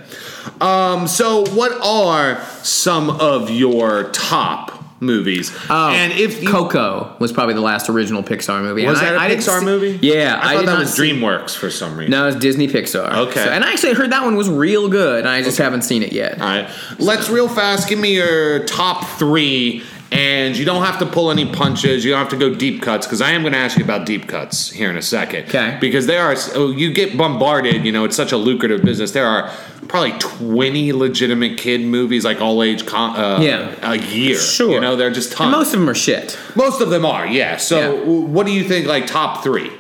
Speaker 1: Um, so, what are some of your top movies?
Speaker 2: Oh,
Speaker 1: and if you,
Speaker 2: Coco was probably the last original Pixar movie,
Speaker 1: was
Speaker 2: And
Speaker 1: that a
Speaker 2: I- I didn't
Speaker 1: Pixar
Speaker 2: see-
Speaker 1: movie?
Speaker 2: Yeah,
Speaker 1: I thought
Speaker 2: did
Speaker 1: that
Speaker 2: not
Speaker 1: was
Speaker 2: see-
Speaker 1: DreamWorks for some reason.
Speaker 2: No, it's Disney Pixar.
Speaker 1: Okay.
Speaker 2: So- and I actually heard that one was real good, and I just haven't seen it yet.
Speaker 1: All right, let's real fast. Give me your top three, and you don't have to pull any punches. You don't have to go deep cuts because I am going to ask you about deep cuts here in a second.
Speaker 2: Okay.
Speaker 1: Because there are so you get bombarded. You know, it's such a lucrative business. There are probably twenty legitimate kid movies, like all age, con- uh,
Speaker 2: Yeah.
Speaker 1: a year.
Speaker 2: Sure.
Speaker 1: You know, they're just tons.
Speaker 2: And
Speaker 1: Most,
Speaker 2: most of them are shit.
Speaker 1: of them are. Yeah. So,
Speaker 2: Yeah.
Speaker 1: w- what do you think? Like top three.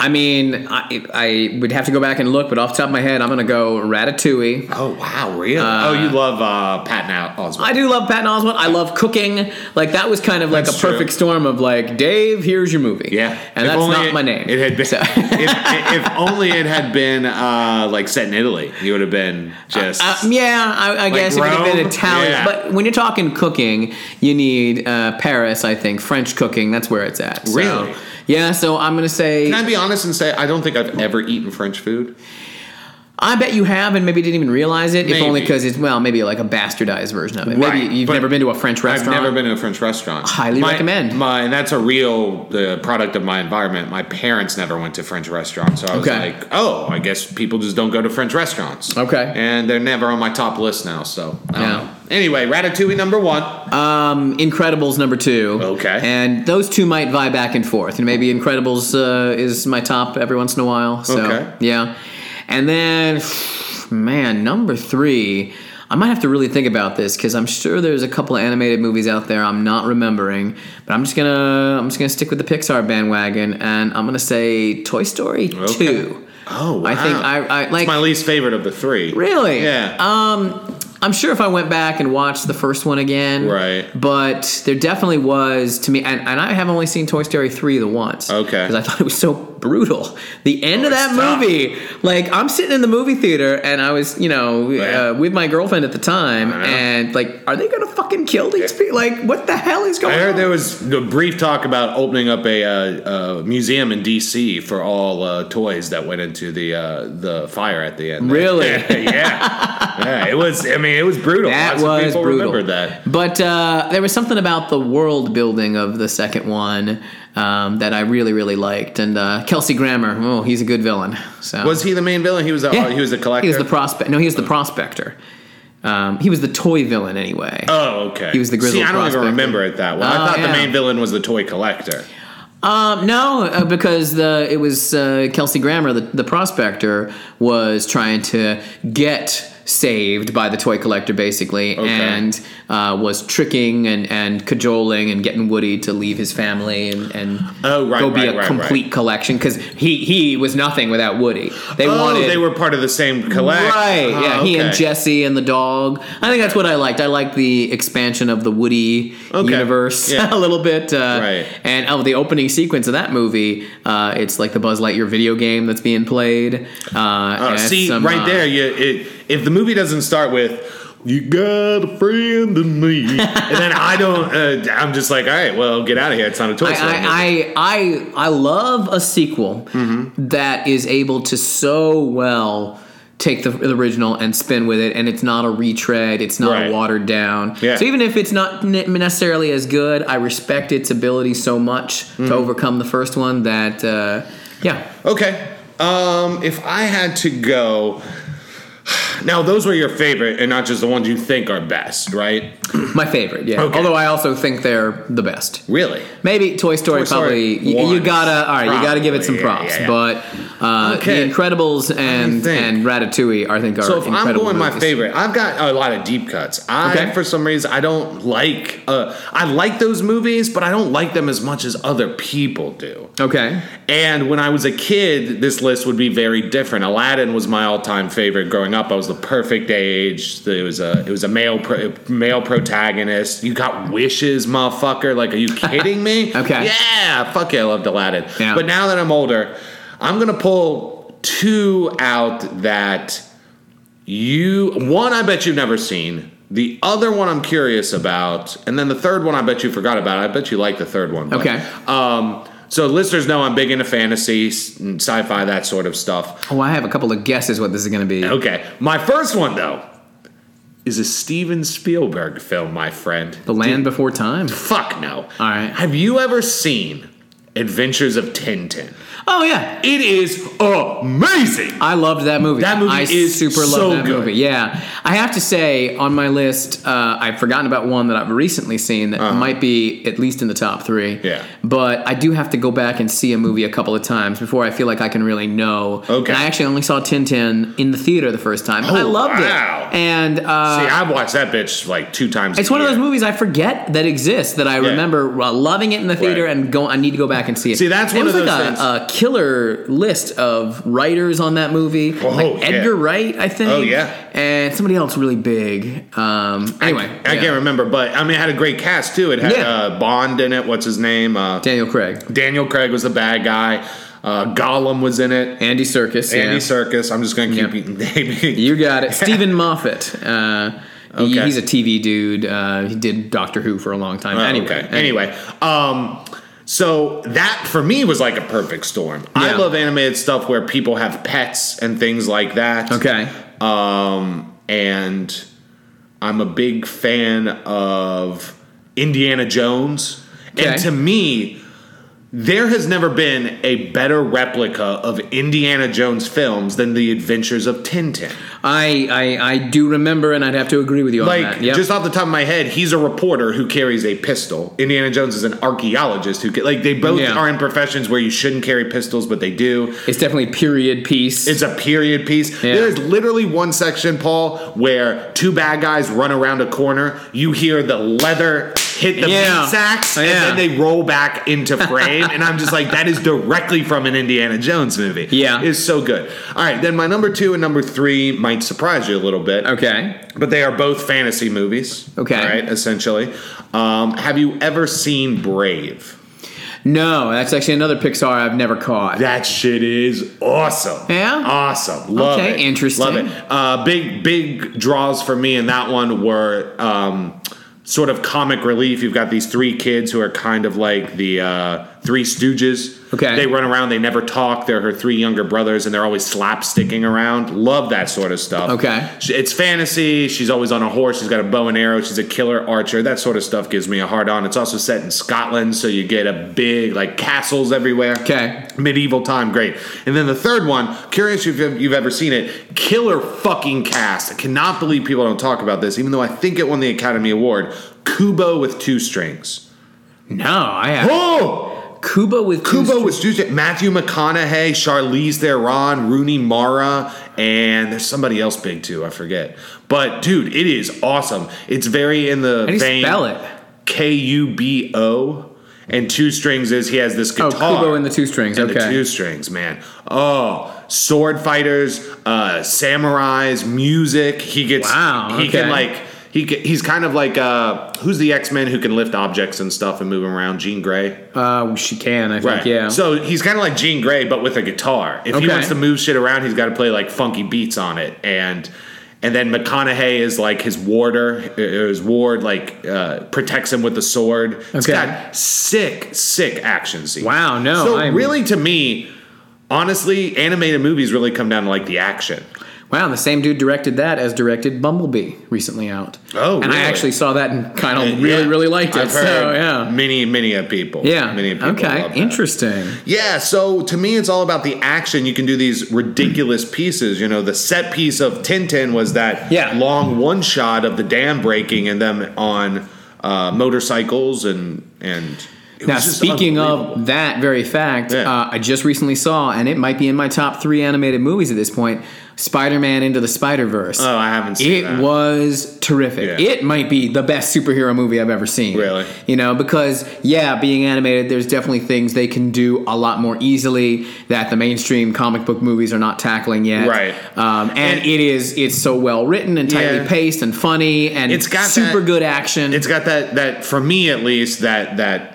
Speaker 2: I mean, I, I would have to go back and look, but off the top of my head, I'm going to go Ratatouille.
Speaker 1: Oh wow, really? oh, you love uh, Patton Oswalt.
Speaker 2: I do love Patton Oswalt. I love cooking. Like that was kind of like
Speaker 1: That's
Speaker 2: a
Speaker 1: true.
Speaker 2: perfect storm of like, Dave, here's your movie.
Speaker 1: Yeah,
Speaker 2: and
Speaker 1: If
Speaker 2: that's
Speaker 1: only
Speaker 2: not
Speaker 1: it-
Speaker 2: my name.
Speaker 1: It had been.
Speaker 2: So-
Speaker 1: if, if only it had been uh, like set in Italy, you would have been just.
Speaker 2: Uh, yeah, I, I guess it would have been
Speaker 1: Rome?
Speaker 2: Italian.
Speaker 1: Yeah.
Speaker 2: But when you're talking cooking, you need uh, Paris, I think. French cooking, that's where it's at. So-
Speaker 1: Really?
Speaker 2: Yeah, so I'm going to say.
Speaker 1: can I be honest and say I don't think I've ever eaten French food?
Speaker 2: I bet you have, and maybe didn't even realize it. If only
Speaker 1: Maybe.
Speaker 2: because it's well, maybe like a bastardized version of it.
Speaker 1: Right,
Speaker 2: Maybe you've
Speaker 1: but
Speaker 2: never been to a French restaurant.
Speaker 1: I've never been to a French restaurant.
Speaker 2: Highly
Speaker 1: My-
Speaker 2: recommend.
Speaker 1: My and that's a real the product of my environment. My parents never went to French restaurants, so I was
Speaker 2: Okay.
Speaker 1: like, oh, I guess people just don't go to French restaurants.
Speaker 2: Okay.
Speaker 1: and they're never on my top list now. So I don't
Speaker 2: Yeah.
Speaker 1: know. Anyway, Ratatouille number one.
Speaker 2: Um, Incredibles number two.
Speaker 1: Okay.
Speaker 2: And those two might vie back and forth, and maybe Incredibles uh, is my top every once in a while. So
Speaker 1: Okay.
Speaker 2: yeah, and then man, number three. I might have to really think about this because I'm sure there's a couple of animated movies out there I'm not remembering, but I'm just gonna I'm just gonna stick with the Pixar bandwagon and I'm gonna say Toy Story
Speaker 1: Okay.
Speaker 2: two.
Speaker 1: oh, wow.
Speaker 2: I think I, I like
Speaker 1: it's my least favorite of the three.
Speaker 2: Really?
Speaker 1: Yeah.
Speaker 2: Um, I'm sure if I went back and watched the first one again,
Speaker 1: Right.
Speaker 2: But there definitely was to me, and, and I have only seen Toy Story three the once.
Speaker 1: Okay.
Speaker 2: Because I thought it was so brutal. The end of that
Speaker 1: it's tough.
Speaker 2: movie, like I'm sitting in the movie theater and I was, you know,
Speaker 1: Oh, Yeah.
Speaker 2: uh, with my girlfriend at the time,
Speaker 1: I know.
Speaker 2: and like, are they gonna fucking kill these people? Like, what the hell is going
Speaker 1: I
Speaker 2: on?
Speaker 1: heard there was a brief talk about opening up a uh, uh, museum in D.C. for all uh, toys that went into the uh, the fire at the end.
Speaker 2: Really?
Speaker 1: yeah. yeah. It was. I mean, it was brutal.
Speaker 2: That
Speaker 1: Lots of
Speaker 2: was
Speaker 1: people
Speaker 2: brutal.
Speaker 1: remembered that.
Speaker 2: But uh, there was something about the world building of the second one um, that I really, really liked. And uh, Kelsey Grammer, oh, he's a good villain. So
Speaker 1: Was he the main villain? He was. A,
Speaker 2: Yeah.
Speaker 1: He was a collector.
Speaker 2: He was the prospect. No, he was the prospector. Um, he was the toy villain anyway.
Speaker 1: Oh, okay.
Speaker 2: He was the
Speaker 1: See,
Speaker 2: grizzled
Speaker 1: I don't
Speaker 2: prospector.
Speaker 1: even remember it that well.
Speaker 2: Oh,
Speaker 1: I thought
Speaker 2: yeah.
Speaker 1: the main villain was the toy collector.
Speaker 2: Um, no, uh, because the it was uh, Kelsey Grammer, the, the prospector, was trying to get saved by the toy collector, basically,
Speaker 1: Okay.
Speaker 2: and uh, was tricking and, and cajoling and getting Woody to leave his family and, and
Speaker 1: Oh, right,
Speaker 2: go be
Speaker 1: right,
Speaker 2: a
Speaker 1: right,
Speaker 2: complete collection because he he was nothing without Woody. They
Speaker 1: oh,
Speaker 2: wanted
Speaker 1: they were part of the same collect.
Speaker 2: Right.
Speaker 1: Oh,
Speaker 2: yeah, he and
Speaker 1: okay.
Speaker 2: Jesse and the dog. I think that's what I liked. I liked the expansion of the Woody
Speaker 1: Okay.
Speaker 2: universe
Speaker 1: Yeah.
Speaker 2: a little bit. Uh,
Speaker 1: Right.
Speaker 2: And oh, the opening sequence of that movie, uh, it's like the Buzz Lightyear video game that's being played. Uh,
Speaker 1: Oh,
Speaker 2: and it's
Speaker 1: see,
Speaker 2: some,
Speaker 1: right
Speaker 2: uh,
Speaker 1: there, you, it, if the movie doesn't start with "You got a friend in me," and then I don't, uh, I'm just like, all right, well, get out of here. It's not a Toy Story. movie.
Speaker 2: I, I, I, I love a sequel
Speaker 1: Mm-hmm.
Speaker 2: that is able to so well take the, the original and spin with it, and it's not a retread, it's not
Speaker 1: Right.
Speaker 2: watered down.
Speaker 1: Yeah.
Speaker 2: So even if it's not ne- necessarily as good, I respect its ability so much
Speaker 1: Mm-hmm.
Speaker 2: to overcome the first one that, uh, yeah.
Speaker 1: Okay. Um, if I had to go. Now, those were your favorite and not just the ones you think are best, right?
Speaker 2: My favorite, yeah.
Speaker 1: Okay.
Speaker 2: Although I also think they're the best.
Speaker 1: Really?
Speaker 2: Maybe Toy Story
Speaker 1: Toy Story
Speaker 2: probably you, you
Speaker 1: one.
Speaker 2: gotta all right you gotta give it some
Speaker 1: Probably,
Speaker 2: props,
Speaker 1: yeah, yeah,
Speaker 2: but uh,
Speaker 1: Okay.
Speaker 2: The Incredibles and
Speaker 1: think.
Speaker 2: and Ratatouille I think are
Speaker 1: So if I'm
Speaker 2: incredible
Speaker 1: going my
Speaker 2: movies.
Speaker 1: favorite, I've got a lot of deep cuts. I
Speaker 2: Okay.
Speaker 1: for some reason I don't like uh, I like those movies, but I don't like them as much as other people do.
Speaker 2: Okay,
Speaker 1: And when I was a kid, this list would be very different. Aladdin was my all-time favorite growing up. I was the perfect age. It was a it was a male pro, male protagonist. You got wishes, motherfucker. Like, are you kidding me?
Speaker 2: Okay.
Speaker 1: Yeah, fuck yeah, I loved Aladdin.
Speaker 2: Yeah.
Speaker 1: But now that I'm older, I'm gonna pull two out that you one I bet you've never seen. The other one I'm curious about, and then the third one I bet you forgot about. I bet you like the third one. but-
Speaker 2: Okay.
Speaker 1: Um, so listeners know I'm big into fantasy, s- and sci-fi, that sort of stuff.
Speaker 2: oh I have a couple of guesses what this is gonna be.
Speaker 1: Okay. My first one though is a Steven Spielberg film, my friend.
Speaker 2: The Land Before Time.
Speaker 1: Fuck no.
Speaker 2: All right.
Speaker 1: Have you ever seen Adventures of Tintin?
Speaker 2: Oh yeah,
Speaker 1: It is amazing.
Speaker 2: I loved that movie.
Speaker 1: That movie
Speaker 2: I
Speaker 1: is
Speaker 2: super
Speaker 1: so
Speaker 2: loved that
Speaker 1: good.
Speaker 2: movie. Yeah, I have to say on my list, uh, I've forgotten about one that I've recently seen that might be at least in the top three.
Speaker 1: Uh-huh. Yeah.
Speaker 2: but I do have to go back and see a movie a couple of times before I feel like I can really know.
Speaker 1: Okay.
Speaker 2: and I actually only saw Tintin in the theater the first time. and I
Speaker 1: Oh,
Speaker 2: loved
Speaker 1: wow.
Speaker 2: it. And uh,
Speaker 1: See, I've watched that bitch like two times.
Speaker 2: it's
Speaker 1: a
Speaker 2: one of
Speaker 1: year.
Speaker 2: those movies I forget that exists that I remember uh, loving it in the theater
Speaker 1: Right.
Speaker 2: and go. I need to go back and see it.
Speaker 1: See, that's
Speaker 2: There
Speaker 1: one
Speaker 2: was
Speaker 1: of
Speaker 2: like
Speaker 1: those
Speaker 2: a,
Speaker 1: things-
Speaker 2: a killer list of writers on that movie. like
Speaker 1: Oh, yeah.
Speaker 2: Edgar Wright, I think.
Speaker 1: Oh, yeah.
Speaker 2: and somebody else really big. Um, anyway,
Speaker 1: I
Speaker 2: yeah.
Speaker 1: can't remember, but I mean, it had a great cast too. It had
Speaker 2: Yeah.
Speaker 1: uh, Bond in it. What's his name? Uh,
Speaker 2: Daniel Craig,
Speaker 1: Daniel Craig was the bad guy. Uh, Gollum was in it.
Speaker 2: Andy Circus,
Speaker 1: Andy Circus. I'm just gonna keep naming.
Speaker 2: You got it. Stephen Moffat. Uh, he-
Speaker 1: Okay.
Speaker 2: he's a TV dude. Uh, he did Doctor Who for a long time.
Speaker 1: Oh,
Speaker 2: anyway,
Speaker 1: okay. Anyway. Um, so that for me was like a perfect storm. I
Speaker 2: Yeah.
Speaker 1: love animated stuff where people have pets and things like that.
Speaker 2: okay.
Speaker 1: Um, and I'm a big fan of Indiana Jones.
Speaker 2: Okay.
Speaker 1: And to me, there has never been a better replica of Indiana Jones films than The Adventures of Tintin.
Speaker 2: I, I I do remember, and I'd have to agree with you on
Speaker 1: Like
Speaker 2: that. Yep.
Speaker 1: just off the top of my head, he's a reporter who carries a pistol. Indiana Jones is an archaeologist who ca- like they both
Speaker 2: Yeah.
Speaker 1: are in professions where you shouldn't carry pistols, but they do.
Speaker 2: It's definitely period piece.
Speaker 1: It's a period piece.
Speaker 2: Yeah.
Speaker 1: There is literally one section, Paul, where two bad guys run around a corner. You hear the leather hit the
Speaker 2: Yeah.
Speaker 1: meat sacks, and
Speaker 2: Yeah.
Speaker 1: then they roll back into frame. and I'm just like, that is directly from an Indiana Jones movie.
Speaker 2: Yeah.
Speaker 1: It's so good. All right, then my number two and number three might surprise you a little bit.
Speaker 2: okay.
Speaker 1: But they are both fantasy movies.
Speaker 2: Okay.
Speaker 1: All right, essentially. Um, have you ever seen Brave?
Speaker 2: No, that's actually another Pixar I've never caught.
Speaker 1: That shit is awesome.
Speaker 2: Yeah?
Speaker 1: Awesome. Love
Speaker 2: Okay,
Speaker 1: it.
Speaker 2: interesting.
Speaker 1: Love it. Uh, big big draws for me in that one were um, sort of comic relief. You've got these three kids who are kind of like the uh, three Stooges.
Speaker 2: Okay.
Speaker 1: They run around. They never talk. They're her three younger brothers, and they're always slapsticking around. Love that sort of stuff.
Speaker 2: Okay.
Speaker 1: She- It's fantasy. She's always on a horse. She's got a bow and arrow. She's a killer archer. That sort of stuff gives me a hard on. It's also set in Scotland, so you get a big like castles everywhere.
Speaker 2: Okay.
Speaker 1: Medieval time, great. And then the third one, curious if you've you've ever seen it, killer fucking cast. I cannot believe people don't talk about this, even though I think it won the Academy Award. Kubo with two strings.
Speaker 2: No, I have.
Speaker 1: Oh!
Speaker 2: Kubo with two
Speaker 1: Kubo
Speaker 2: str-
Speaker 1: was Tuesday. Matthew McConaughey, Charlize Theron, Rooney Mara, and there's somebody else big too. I forget. But dude, it is awesome. It's very in the
Speaker 2: How do you
Speaker 1: vein.
Speaker 2: spell it?
Speaker 1: K U B O, and two strings is he has this
Speaker 2: Oh,
Speaker 1: guitar.
Speaker 2: Kubo and the two strings.
Speaker 1: And the
Speaker 2: Okay.
Speaker 1: two strings, man. Oh, sword fighters, uh, samurais, music. He gets.
Speaker 2: Wow,
Speaker 1: He
Speaker 2: okay.
Speaker 1: can like. He ca he's kind of like uh, who's the X Men who can lift objects and stuff and move them around? Jean Grey.
Speaker 2: uh, she can, I think.
Speaker 1: Right.
Speaker 2: Yeah.
Speaker 1: So he's kind of like Gene Grey, but with a guitar. If he
Speaker 2: Okay.
Speaker 1: wants to move shit around, he's got to play like funky beats on it. And and then McConaughey is like his warder, or his ward, like uh, protects him with the sword. It's
Speaker 2: Okay.
Speaker 1: got sick, sick action scenes.
Speaker 2: Wow, no,
Speaker 1: So
Speaker 2: I'm-
Speaker 1: really, to me, honestly, animated movies really come down to like the action.
Speaker 2: wow, the same dude directed that as directed Bumblebee recently out.
Speaker 1: Oh,
Speaker 2: and I
Speaker 1: really?
Speaker 2: actually saw that and kind of
Speaker 1: And,
Speaker 2: really,
Speaker 1: yeah,
Speaker 2: really liked it.
Speaker 1: I've
Speaker 2: so
Speaker 1: heard
Speaker 2: yeah,
Speaker 1: many, many of people.
Speaker 2: yeah.
Speaker 1: many of people. love
Speaker 2: okay,
Speaker 1: that.
Speaker 2: interesting.
Speaker 1: Yeah, so to me, it's all about the action. You can do these ridiculous pieces. You know, the set piece of Tintin was that
Speaker 2: Yeah.
Speaker 1: long one shot of the dam breaking and them on uh, motorcycles and and. it
Speaker 2: Now,
Speaker 1: was just
Speaker 2: speaking
Speaker 1: unbelievable.
Speaker 2: of that very fact,
Speaker 1: Yeah.
Speaker 2: uh, I just recently saw, and it might be in my top three animated movies at this point, Spider-Man into the Spider-Verse.
Speaker 1: oh, I haven't seen
Speaker 2: It
Speaker 1: that.
Speaker 2: was terrific.
Speaker 1: Yeah.
Speaker 2: It might be the best superhero movie I've ever seen.
Speaker 1: Really?
Speaker 2: You know, because yeah, being animated, there's definitely things they can do a lot more easily that the mainstream comic book movies are not tackling yet.
Speaker 1: Right.
Speaker 2: Um,
Speaker 1: And-
Speaker 2: and, it is it's so well written and tightly
Speaker 1: Yeah.
Speaker 2: paced and funny and
Speaker 1: It's got
Speaker 2: super
Speaker 1: that-
Speaker 2: good action.
Speaker 1: it's got that that for me at least that that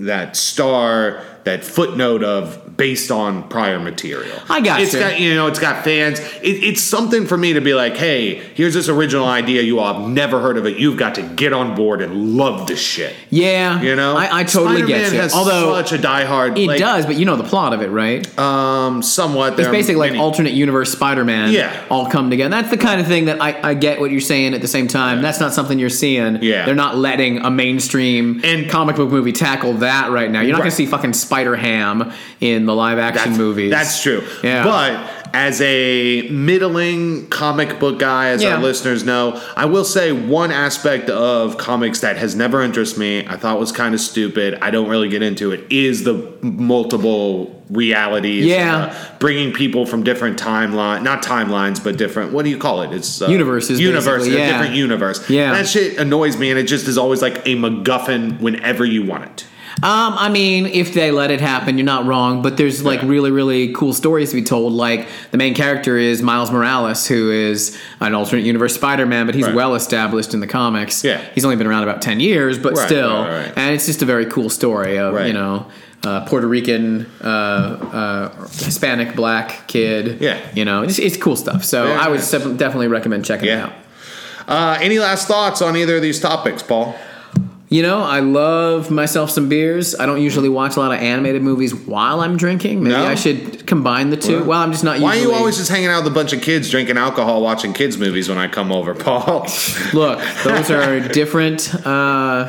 Speaker 1: that star that footnote of based on prior material.
Speaker 2: I gotcha.
Speaker 1: It's got you know it's got fans. It, it's something for me to be like, hey, here's this original idea you all have never heard of it. You've got to get on board and love this shit.
Speaker 2: yeah.
Speaker 1: You know,
Speaker 2: I, I totally
Speaker 1: Spider-Man
Speaker 2: get it.
Speaker 1: Has
Speaker 2: Although
Speaker 1: such a diehard,
Speaker 2: it
Speaker 1: like,
Speaker 2: does, but you know the plot of it, right?
Speaker 1: Um, somewhat.
Speaker 2: It's basically like
Speaker 1: many,
Speaker 2: alternate universe Spider-Man.
Speaker 1: Yeah.
Speaker 2: all come together. That's the kind of thing that I, I get what you're saying. At the same time, that's not something you're seeing.
Speaker 1: Yeah.
Speaker 2: they're not letting a mainstream
Speaker 1: And-
Speaker 2: comic book movie tackle that right now. You're not
Speaker 1: Right.
Speaker 2: going to see fucking Spider Ham in the live action movies.
Speaker 1: That's true.
Speaker 2: Yeah.
Speaker 1: But as a middling comic book guy, as
Speaker 2: Yeah.
Speaker 1: our listeners know, I will say one aspect of comics that has never interested me, I thought was kind of stupid, I don't really get into it, is the multiple realities. uh,
Speaker 2: Yeah.
Speaker 1: bringing people from different timeline, not timelines, but different, what do you call it? It's uh,
Speaker 2: Universes,
Speaker 1: Universes,
Speaker 2: basically,
Speaker 1: a
Speaker 2: yeah.
Speaker 1: different universe.
Speaker 2: Yeah.
Speaker 1: That shit annoys me, and it just is always like a MacGuffin whenever you want it.
Speaker 2: Um, I mean, if they let it happen, you're not wrong. But there's like
Speaker 1: Yeah.
Speaker 2: really, really cool stories to be told. Like the main character is Miles Morales, who is an alternate universe Spider-Man, but he's
Speaker 1: Right.
Speaker 2: well established in the comics.
Speaker 1: Yeah.
Speaker 2: he's only been around about ten years, but
Speaker 1: Right,
Speaker 2: still,
Speaker 1: right, right.
Speaker 2: and it's just a very cool story of you
Speaker 1: Right.
Speaker 2: know. Uh, Puerto Rican, uh, uh, Hispanic, black kid.
Speaker 1: Yeah.
Speaker 2: you know, it's, it's cool stuff. So
Speaker 1: Very
Speaker 2: I would
Speaker 1: nice.
Speaker 2: sep- definitely recommend checking it out.
Speaker 1: Yeah. Uh, any last thoughts on either of these topics, Paul?
Speaker 2: You know, I love myself some beers. I don't usually watch a lot of animated movies while I'm drinking. Maybe
Speaker 1: No?
Speaker 2: I should combine the two. Well, I'm just not.
Speaker 1: Why are you
Speaker 2: usually-
Speaker 1: always just hanging out with a bunch of kids, drinking alcohol, watching kids movies when I come over, Paul?
Speaker 2: look? Those are different. Uh,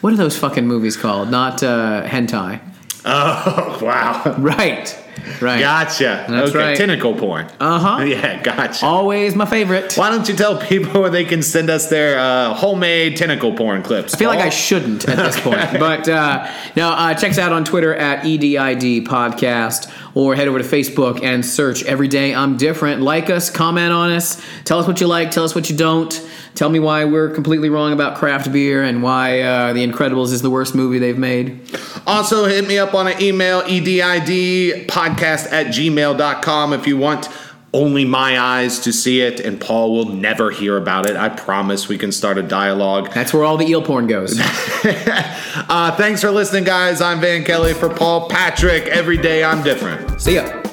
Speaker 2: what are those fucking movies called? Not uh, hentai,
Speaker 1: oh wow,
Speaker 2: right? Right.
Speaker 1: gotcha.
Speaker 2: That's
Speaker 1: okay,
Speaker 2: right.
Speaker 1: tentacle porn.
Speaker 2: Uh-huh.
Speaker 1: Yeah, gotcha.
Speaker 2: Always my favorite.
Speaker 1: Why don't you tell people where they can send us their uh, homemade tentacle porn clips?
Speaker 2: I feel like I shouldn't at this point. But uh, now, uh, check us out on Twitter at E EDID Podcast or head over to Facebook and search Every Day I'm Different. Like us, comment on us, tell us what you like, tell us what you don't. Tell me why we're completely wrong about craft beer and why uh, The Incredibles is the worst movie they've made.
Speaker 1: Also, hit me up on an email, edidpodcast at gmail.com if you want only my eyes to see it, and Paul will never hear about it. I promise we can start a dialogue.
Speaker 2: That's where all the eel porn goes.
Speaker 1: Uh, thanks for listening, guys. I'm Van Kelly for Paul Patrick. Every day I'm different.
Speaker 2: See ya.